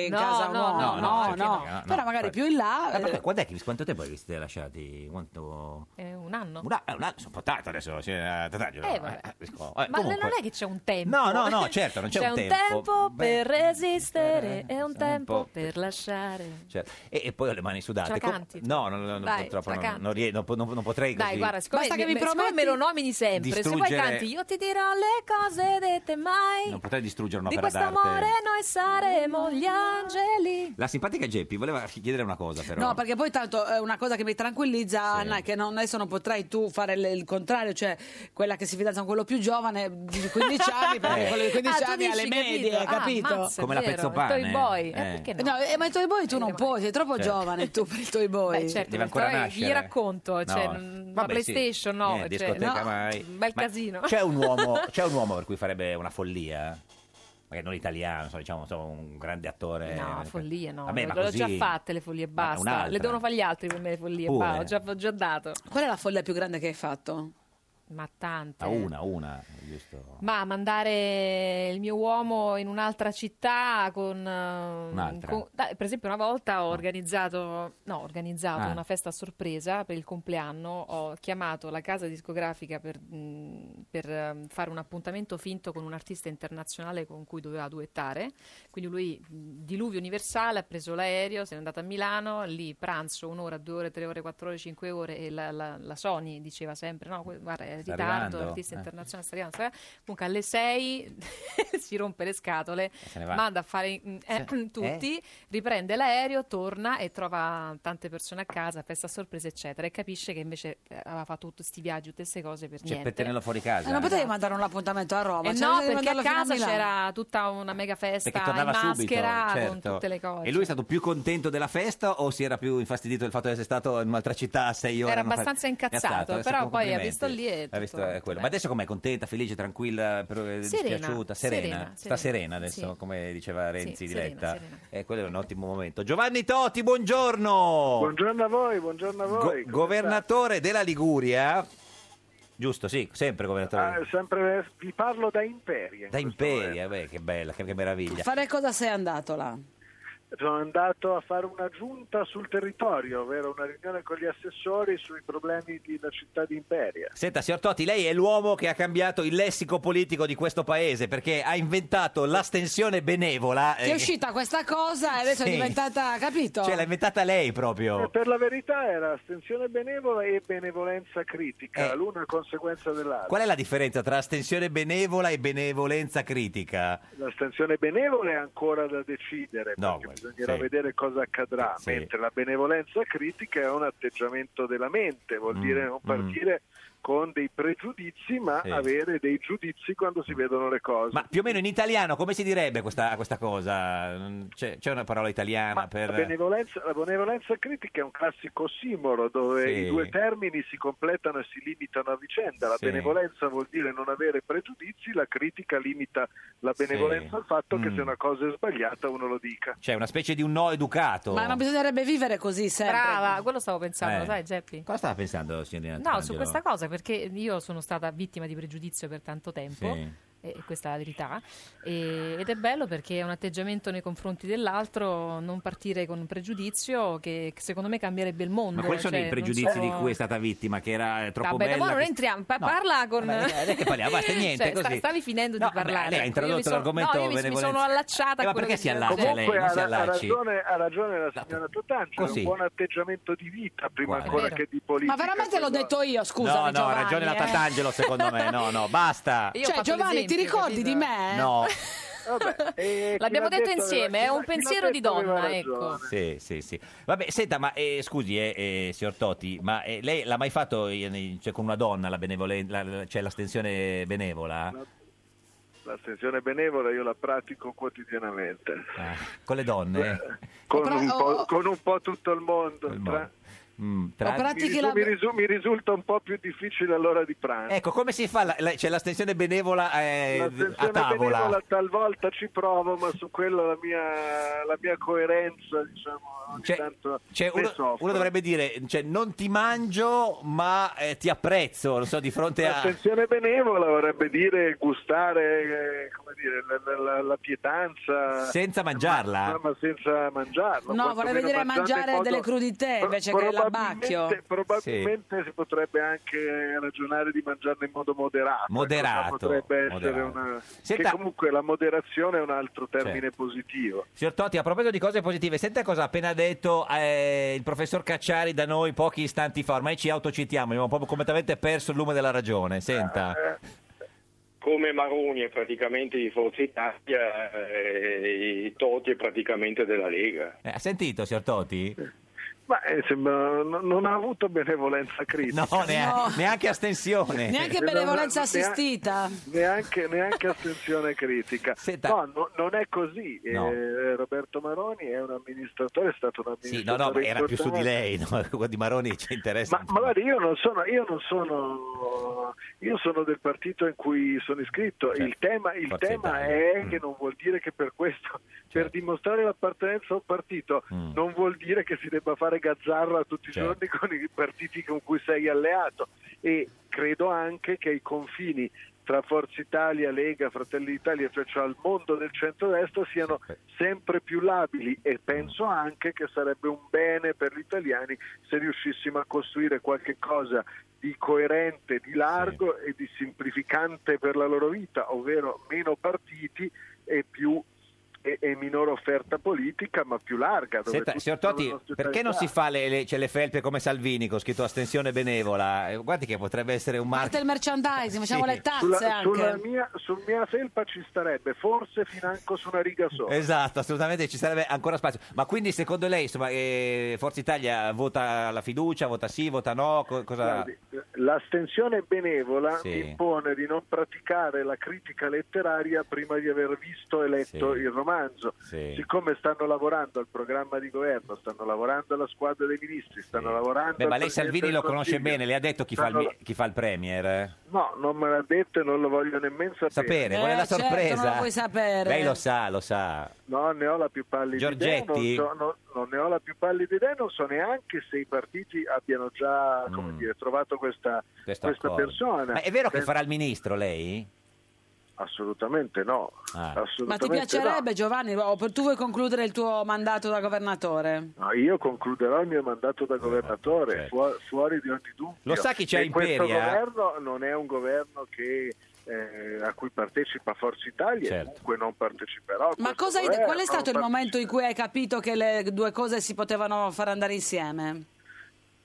in No, casa un no, uomo. no, No, no, no, perché no, no, Però magari infatti. più in là. Ah, ma eh, quando è che- quanto tempo è che vi siete lasciati? Quanto... È un anno. Una, eh, un anno, sono portato adesso, cioè, eh, tataglio, Eh, vabbè. eh, riesco- eh, Ma comunque. non è che c'è un tempo. No, no, no, certo, non c'è un tempo. tempo Beh. per resistere e un tempo po' per lasciare. Certo. E, e poi le mani sudate. Ce la Com- canti? No, no, no, no, Dai, purtroppo ce la non, canti. non rie- non po- non- non potrei così. Dai, guarda, siccome, Basta mi- che mi me- siccome prometti me lo nomini sempre, se vuoi distruggere- canti, io ti dirò le cose dette mai. Non potrei distruggere Di un'opera questo d'arte. amore noi saremo gli angeli. La simpatica Geppi voleva chiedere una cosa, però. No, perché poi tanto è una cosa che mi tranquillizza, Anna, è che non- adesso non potrai tu fare il- il contrario, cioè quella che si fidanza con quello più giovane di <laughs> 15 anni, però Eh. quello di 15 Ah, tu anni alle dici, medie, capito. Ah, eh, capito? ammazza, è Come la vero, Pezzopane, il Toy Boy. eh. Eh, perché no? No, eh, ma i tuoi boy tu non puoi, sei troppo Certo. giovane tu per i tuoi boy. Beh, certo, Deve però ancora gli nascere. racconto, cioè, No. non- la Vabbè, sì. PlayStation no, Eh, cioè, discoteca no, mai. bel Ma casino. C'è un, <laughs> uomo, c'è un uomo per cui farebbe una follia? eh? Magari non italiano, insomma, diciamo insomma, un grande attore. Ah, No, follie no, Vabbè, ma l'ho già così- fatte le follie e basta, un'altra. le devono fare gli altri per me le follie, Pure. bah, ho, già, ho già dato. Qual è la follia più grande che hai fatto? Ma tante. Ah, una, una, giusto. Ma mandare il mio uomo in un'altra città con... eh, Un'altra? con- dai, per esempio una volta ho organizzato, no, ho organizzato Ah. una festa a sorpresa per il compleanno, ho chiamato la casa discografica per, mh, per, eh, fare un appuntamento finto con un artista internazionale con cui doveva duettare, quindi lui, mh, diluvio universale, ha preso l'aereo, se n'è andato a Milano, lì pranzo un'ora, due ore, tre ore, quattro ore, cinque ore e la, la- la Sony diceva sempre, no, que- guarda, è in Sta ritardo, arrivando, l'artista eh. internazionale sta arrivando, sta arrivando. Comunque alle 6 <laughs> si rompe le scatole, se ne va. manda a fare mm, eh, Se- <clears throat> tutti, riprende l'aereo, torna e trova tante persone a casa, festa a sorpresa, eccetera. E capisce che invece eh, aveva fatto tutti questi viaggi, tutte queste cose per Cioè, niente. per tenerlo fuori casa. Eh, non potevi mandare un appuntamento a Roma, Eh cioè, no, devi perché a mandarlo fino casa Milano. c'era tutta una mega festa Perché in tornava subito, maschera con certo. tutte le cose. E lui è stato più contento della festa o si era più infastidito del fatto di essere stato in un'altra città a sei ore? Era a non fare- abbastanza incazzato, adesso eh, però poi ha complimenti. visto lì e Ha tutto visto, eh, quello. Ma adesso com'è? Contenta, felice, tranquilla, però, eh, Serena, dispiaciuta, serena, serena? serena. Sta serena adesso, Sì. come diceva Renzi Sì, di serena, Letta. serena. Eh, quello è un ottimo momento. Giovanni Toti, buongiorno! Buongiorno a voi, buongiorno a Go- voi. Come governatore della Liguria. eh? Giusto, sì, sempre governatore. sta? Ah, sempre- vi parlo da Imperia. da Imperia, beh, che bella, che, che meraviglia. Fare cosa sei andato là? Sono andato a fare una giunta sul territorio, ovvero una riunione con gli assessori sui problemi della città di Imperia. Senta, signor Totti, lei è l'uomo che ha cambiato il lessico politico di questo paese perché ha inventato l'astensione benevola. Ti è eh, uscita questa cosa e adesso Sì. è diventata, capito? Cioè, l'ha inventata lei Eh, proprio. Per la verità era astensione benevola e benevolenza critica, l'una conseguenza dell'altra. Eh. Qual è la differenza tra astensione benevola e benevolenza critica? L'astensione benevola è ancora da decidere, No, perché guarda, bisognerà sì. vedere cosa accadrà, Sì. mentre la benevolenza critica è un atteggiamento della mente, vuol Mm, dire non mm. partire con dei pregiudizi, ma Sì. Mm. avere dei giudizi quando si vedono le cose. Ma più o meno in italiano come si direbbe questa, questa cosa? Mm, C'è, c'è una parola italiana per... La benevolenza, la benevolenza critica è un classico simoro dove Sì. i due termini si completano e si limitano a vicenda. La Sì. benevolenza vuol dire non avere pregiudizi, la critica limita la benevolenza Sì. al fatto che Mm. se una cosa è sbagliata uno lo dica. C'è una specie di un no educato. Ma non bisognerebbe vivere così sempre. Brava, quello stavo pensando, Eh. sai Geppi? Cosa stava pensando, signorina No, su Angelo? questa cosa, perché io sono stata vittima di pregiudizio per tanto tempo. Sì. E e questa è la verità. E- ed è bello perché è un atteggiamento nei confronti dell'altro, non partire con un pregiudizio che, che secondo me cambierebbe il mondo. Ma quali sono cioè, i non pregiudizi so- di cui è stata vittima? Che era eh, troppo Vabbè, bella? dopo non che- entriamo, pa- No. parla con... Vabbè, non è che parliamo, basta, niente, Cioè, sta- così. stavi finendo di parlare. lei ha ecco, io mi introdotto sono- l'argomento No, io mi- mi, benevolenza. sono allacciata Eh, a ma quello perché che si diceva allaccia Geppi. lei? Comunque non si ha, ha allacci. ragione, ha ragione la signora Totangelo, è Così. un buon atteggiamento di vita prima Guarda. ancora che di politica. cioè, Ma veramente l'ho detto io, no, scusa. no, ha ragione eh. la Tatangelo, secondo me. <laughs> No, no, basta. Io ho Cioè, fatto Giovanni, ti l'esempio, ricordi di me? No, <laughs> eh, L'abbiamo detto insieme, è un pensiero di donna, ecco. ecco. sì, sì, sì. Vabbè, senta, ma eh, scusi, eh, eh, signor Toti, ma eh, lei l'ha mai fatto eh, cioè, con una donna la benevolen- la- la- cioè l'astensione benevola? L'astensione benevola io la pratico quotidianamente. Ah, con le donne? Con, Ho pra- un ho- po', con un po' tutto il mondo. Tra- Mm, tra- Ho pratichi mi, risu- la- mi risu- mi risulta un po' più difficile all'ora di pranzo. Ecco, come si fa? La, la- cioè, l'astensione benevola eh, a L'astensione tavola? benevola talvolta ci provo, ma su quello la mia, la mia coerenza, diciamo, ogni Cioè- tanto cioè, ne uno, soffro. uno dovrebbe dire cioè, non ti mangio ma eh, ti apprezzo non so di fronte a L'attenzione benevola vorrebbe dire gustare eh, come dire, la, la- la pietanza Senza mangiarla? ma, ma senza mangiarla No, vorrebbe dire mangiare delle crudité invece che la Abbacchio. probabilmente, probabilmente si potrebbe anche ragionare di mangiarne in modo moderato. Moderato, Questa Potrebbe essere moderato. una... Senta- Che comunque la moderazione è un altro termine Certo. positivo. Signor Totti, a proposito di cose positive, senta cosa ha appena detto eh, il professor Cacciari da noi pochi istanti fa. Ormai ci autocitiamo, abbiamo proprio completamente perso il lume della ragione. Senta. Come Maroni è praticamente di Forza Italia, eh, Toti è praticamente della Lega. Eh, ha sentito, signor Totti? Ma eh, sembra- no- non ha avuto benevolenza critica. Cioè, No, nea- neanche Eh. astensione. Neanche Non ha- benevolenza neanche- assistita. Neanche, neanche astensione critica. No, no, non è così. No. Eh, Roberto Maroni è un amministratore, è stato un Sì, amministratore. no, no, ma era più su di importante. lei, no? Quello di Maroni ci interessa. Ma guarda, io non sono, io non sono, io sono del partito in cui sono iscritto. il tema, il Certo. Forza tema Italia. è Mm. Certo. che non vuol dire che per questo, per dimostrare l'appartenenza a un partito, Mm. non vuol dire che si debba fare gazzarra tutti Certo. i giorni con i partiti con cui sei alleato. E credo anche che i confini tra Forza Italia, Lega, Fratelli d'Italia, cioè, cioè al mondo del centrodestra siano sempre più labili e penso anche che sarebbe un bene per gli italiani se riuscissimo a costruire qualche cosa di coerente, di largo e di semplificante per la loro vita, ovvero meno partiti e più e, e minore offerta politica, ma più larga. dove Senta, tutti signor sono Totti, la nostra perché non si età. fa le, le- cioè, le felpe come Salvini con scritto astensione benevola? Eh, Guardi che potrebbe essere un marchio. Parte il merchandising, facciamo Sì. le tazze Sulla, anche. sulla mia, sul mia felpa ci starebbe, forse financo su una riga sola. Esatto, assolutamente ci sarebbe ancora spazio. Ma quindi secondo lei, insomma, eh, Forza Italia vota la fiducia, vota sì, vota no? Co- cosa... Guardi, eh, L'astensione benevola Ah. Sì. mi impone di non praticare la critica letteraria prima di aver visto e letto Sì. il romanzo. Sì. Siccome stanno lavorando al programma di governo, stanno lavorando alla squadra dei ministri, stanno lavorando... Beh, ma al lei Presidente Salvini del lo conosce Consiglio. bene, le ha detto chi fa il, mi- Stanno- chi fa il Premier? eh? No, non me l'ha detto e non lo voglio nemmeno sapere. Sapere, vuole la sorpresa? Lei lo sa, lo sa. No, ne ho la più pallida Giorgetti? idea. Non, so- no- non ne ho la più pallida idea, non so neanche se i partiti abbiano già come dire, trovato questa, Mm. Questo questa accordo. persona. Cioè, Ma è vero che Penso- farà il ministro lei? Ah. Assolutamente no. Ma ti Assolutamente piacerebbe, Giovanni, o per- tu vuoi concludere il tuo mandato da governatore? no. No, io concluderò il mio mandato da governatore, fuo- fuori di ogni dubbio. Eh, certo. Lo sa chi c'è E in Questo Peria? governo non è un governo che, eh, a cui partecipa Forza Italia, Certo. e dunque non parteciperò. a Ma questo cosa hai- governo, qual è stato il non momento in cui hai capito che le due cose si potevano far andare insieme?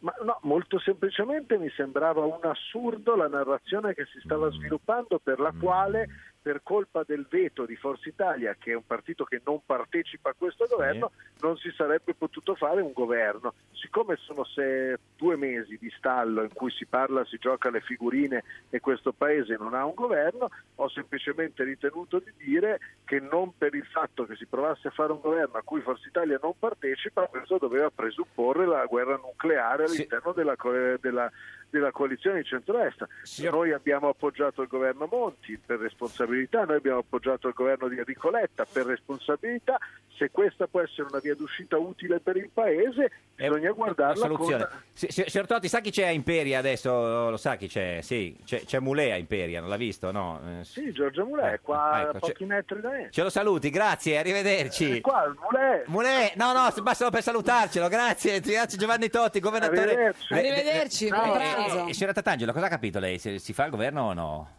Ma no, molto semplicemente mi sembrava un assurdo la narrazione che si stava sviluppando per la quale per colpa del veto di Forza Italia, che è un partito che non partecipa a questo governo, non si sarebbe potuto fare un governo. Siccome sono se- due mesi di stallo in cui si parla, si gioca le figurine e questo paese non ha un governo, ho semplicemente ritenuto di dire che non per il fatto che si provasse a fare un governo a cui Forza Italia non partecipa, questo doveva presupporre la guerra nucleare all'interno della, co- della- della coalizione di centrodestra. Noi abbiamo appoggiato il governo Monti per responsabilità, noi abbiamo appoggiato il governo di Enrico Letta per responsabilità. Se questa può essere una via d'uscita utile per il paese, bisogna La guardarla soluzione. con... Si- si- Signor Totti, sa chi c'è a Imperia adesso? Lo sa chi c'è? Sì, c'è, c'è Mulea a Imperia, non l'ha visto? No. Eh, Sì, Giorgio Mulè, qua ah, ecco, a pochi metri da me. Ce lo saluti, grazie, arrivederci. Eh, Qua il Mulè. Mulè, no, no, ma solo per salutarcelo, grazie. Grazie Giovanni Totti, governatore. Arrivederci. Le- le- Arrivederci, buon Eh, pranzo. eh, Signora Tatangelo, cosa ha capito lei? Se si fa il governo o no?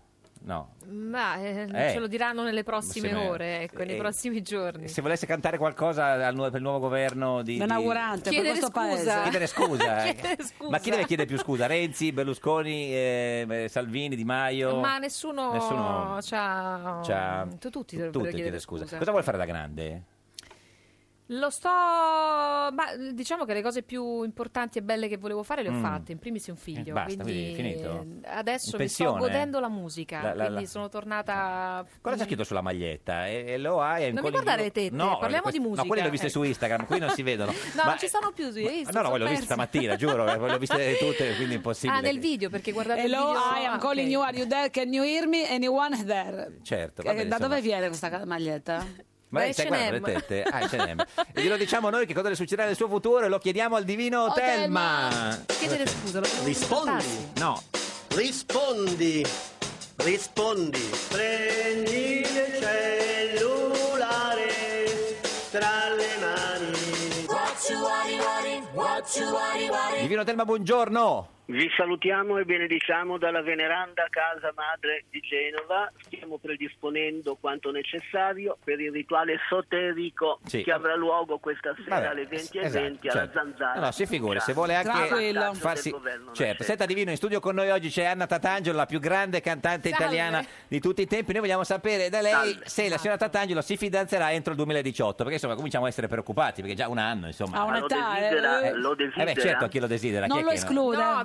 No. Ma eh, Eh. ce lo diranno nelle prossime Prossime- ore, ecco, nei eh. prossimi giorni. Se volesse cantare qualcosa al nuovo- per il nuovo governo di... di- L'inaugurante per Chiedere questo scusa. paese. Chiedere scusa. <laughs> eh. Chiedere scusa. Ma chi deve chiedere più scusa? Renzi, Berlusconi, eh, eh, Salvini, Di Maio? Ma nessuno, Nessuno. c'ha- C'ha- tu- tu- tutti dovrebbero tutti chiedere chiede scusa. Cosa vuole fare da grande? Lo sto. Ma diciamo che le cose più importanti e belle che volevo fare le ho Mm. fatte. In primis un figlio. Eh, basta, quindi quindi finito. eh, adesso In mi sto pensione? godendo la musica. La- la- quindi la- sono tornata. Cosa c'è scritto sulla maglietta? E, e lo ha e Non mi quelli- guardare le tette, no, parliamo quest- di musica. No, quelle le ho viste Eh. su Instagram, qui non si vedono. <laughs> No, Ma- Ah, non ci sono più. eh, No, no, sono le ho viste persa. stamattina, giuro, eh, le ho <laughs> viste tutte, quindi è impossibile. Ah, nel video perché guardavo il Hello, video. I Ah, am ok. calling you, are you there? Can you hear me? Anyone there? Certo, Eh, va bene, da insomma. dove viene questa ca- maglietta? Ma lei sta guardando le tette? <laughs> Ah, H&M. E glielo diciamo noi che cosa le succederà nel suo futuro e lo chiediamo al divino Oh, Telma. Telma. <laughs> Chiedere cioè, scusa, lo devo ricordarsi. No, Rispondi, rispondi. Prendi il cellulare tra le mani. What you worry, worry, what Divino Telma, buongiorno. Vi salutiamo e benediciamo dalla veneranda casa madre di Genova. Stiamo predisponendo quanto necessario per il rituale soterico Sì. che avrà luogo questa sera Vabbè, alle 20.20 esatto, alla certo. Zanzara. Allora, si figuri, se vuole anche Tranquillo. farsi... Del governo Certo, senta Divino, in studio con noi oggi c'è Anna Tatangelo, la più grande cantante Salve. italiana di tutti i tempi. Noi vogliamo sapere da lei se la Esatto. signora Tatangelo si fidanzerà entro il 2018, perché insomma cominciamo a essere preoccupati, perché già un anno, insomma. Ha Ma lo un'età, desidera, eh? lo desidera? Eh beh, certo, chi lo desidera. chi è che No,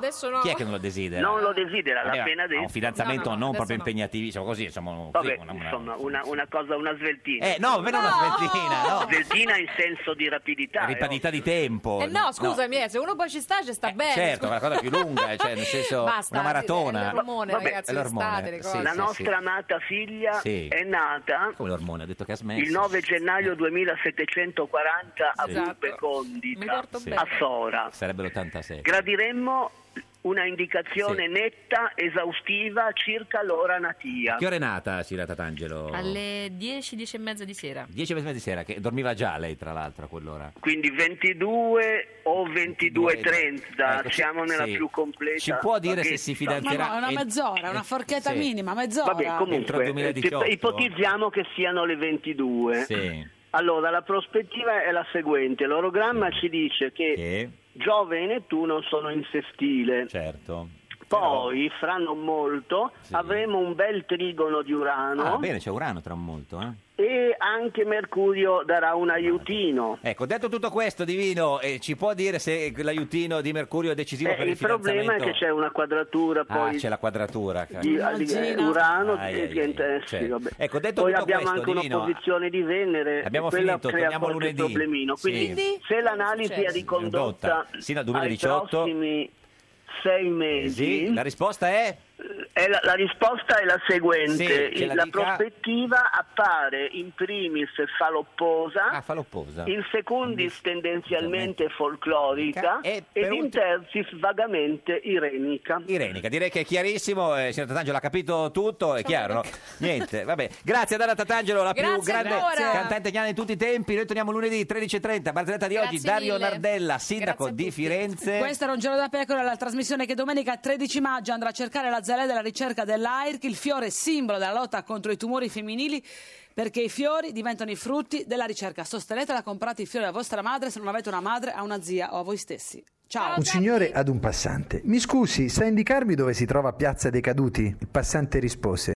adesso no. Chi è che non lo desidera? Non lo desidera, l'ha Aveva- appena ha detto. un fidanzamento No, no, no, non proprio adesso impegnativo, diciamo così, insomma, un- Vabbè, una- una- insomma, una, una cosa, una sveltina. Eh, no, per una sveltina, no. Sveltina in senso di rapidità. eh, oh. rapidità di tempo. Eh no, scusami, eh, se uno poi ci sta, ci sta bene. Certo, Eh, scusa. una cosa più lunga, cioè nel senso Basta, eh, una maratona. è l'ormone, Vabbè, ragazzi, è l'ormone, l'estate, le sì, cose. La nostra amata figlia Sì. è nata Come l'ormone, ha detto che ha smesso. il 9 gennaio 2740 a Sì. Esatto. Burbe Mi Condita, porto a bene. Sora. Sarebbe l'86. Gradiremmo una indicazione netta, esaustiva circa l'ora natia. Che ora è nata Sira Tatangelo? Alle 10, 10 e mezza di sera. 10 e mezza di sera, che dormiva già lei tra l'altro a quell'ora. Quindi 22 o 22.30, siamo nella Ecco, sì. più completa. Ci può dire se vaghezza. si Ma fidanzerà? no, è una ent- mezz'ora, una forchetta sì. minima, mezz'ora. Vabbè, Entro comunque, il 2018. eh, ipotizziamo che siano le 22. Sì. Allora, la prospettiva è la seguente. L'orogramma ci dice che, Giove e Nettuno sono in sestile. Certo. Poi, fra non molto, avremo un bel trigono di Urano Ah, bene, c'è Urano tra molto, eh. e anche Mercurio darà un aiutino. Ecco, detto tutto questo, Divino, eh, ci può dire se l'aiutino di Mercurio è decisivo Eh, per il, il problema è che c'è una quadratura Ah, poi c'è la quadratura. di, cacchio. di- Urano Ai, e ai, diventa- eh, sì, certo. vabbè. Ecco, detto poi tutto abbiamo questo, anche Divino, un'opposizione di Venere abbiamo e quella finito, crea torniamo qualche lunedì. problemino Sì. quindi se l'analisi è ricondotta Ridotta Certo. sino al ai 2018. prossimi sei mesi Eh, Sì, la risposta è? è la, la risposta è la seguente Sì, ce la la, dica. prospettiva appare in primis falopposa Ah, falopposa. in secundis tendenzialmente folclorica E ed per in ultimo- terzis vagamente irenica Irenica, direi che è chiarissimo, eh, signor Tatangelo ha capito tutto, è chiaro. no? <laughs> Niente, vabbè. Grazie ad Anna Tatangelo, la più Grazie grande ancora. cantante italiana di tutti i tempi. Noi torniamo lunedì 13.30, barzelletta di oggi, Grazie Dario mille. Nardella, sindaco di Firenze. Questa era un giorno da pecora, la trasmissione che domenica 13 maggio andrà a cercare la zalea della ricerca dell'AIRC, il fiore simbolo della lotta contro i tumori femminili, perché i fiori diventano i frutti della ricerca. Sostenetela, comprate i fiori a vostra madre, se non avete una madre, a una zia o a voi stessi. Ciao! Un signore ad un passante. Mi scusi, sa indicarmi dove si trova Piazza dei Caduti? Il passante rispose.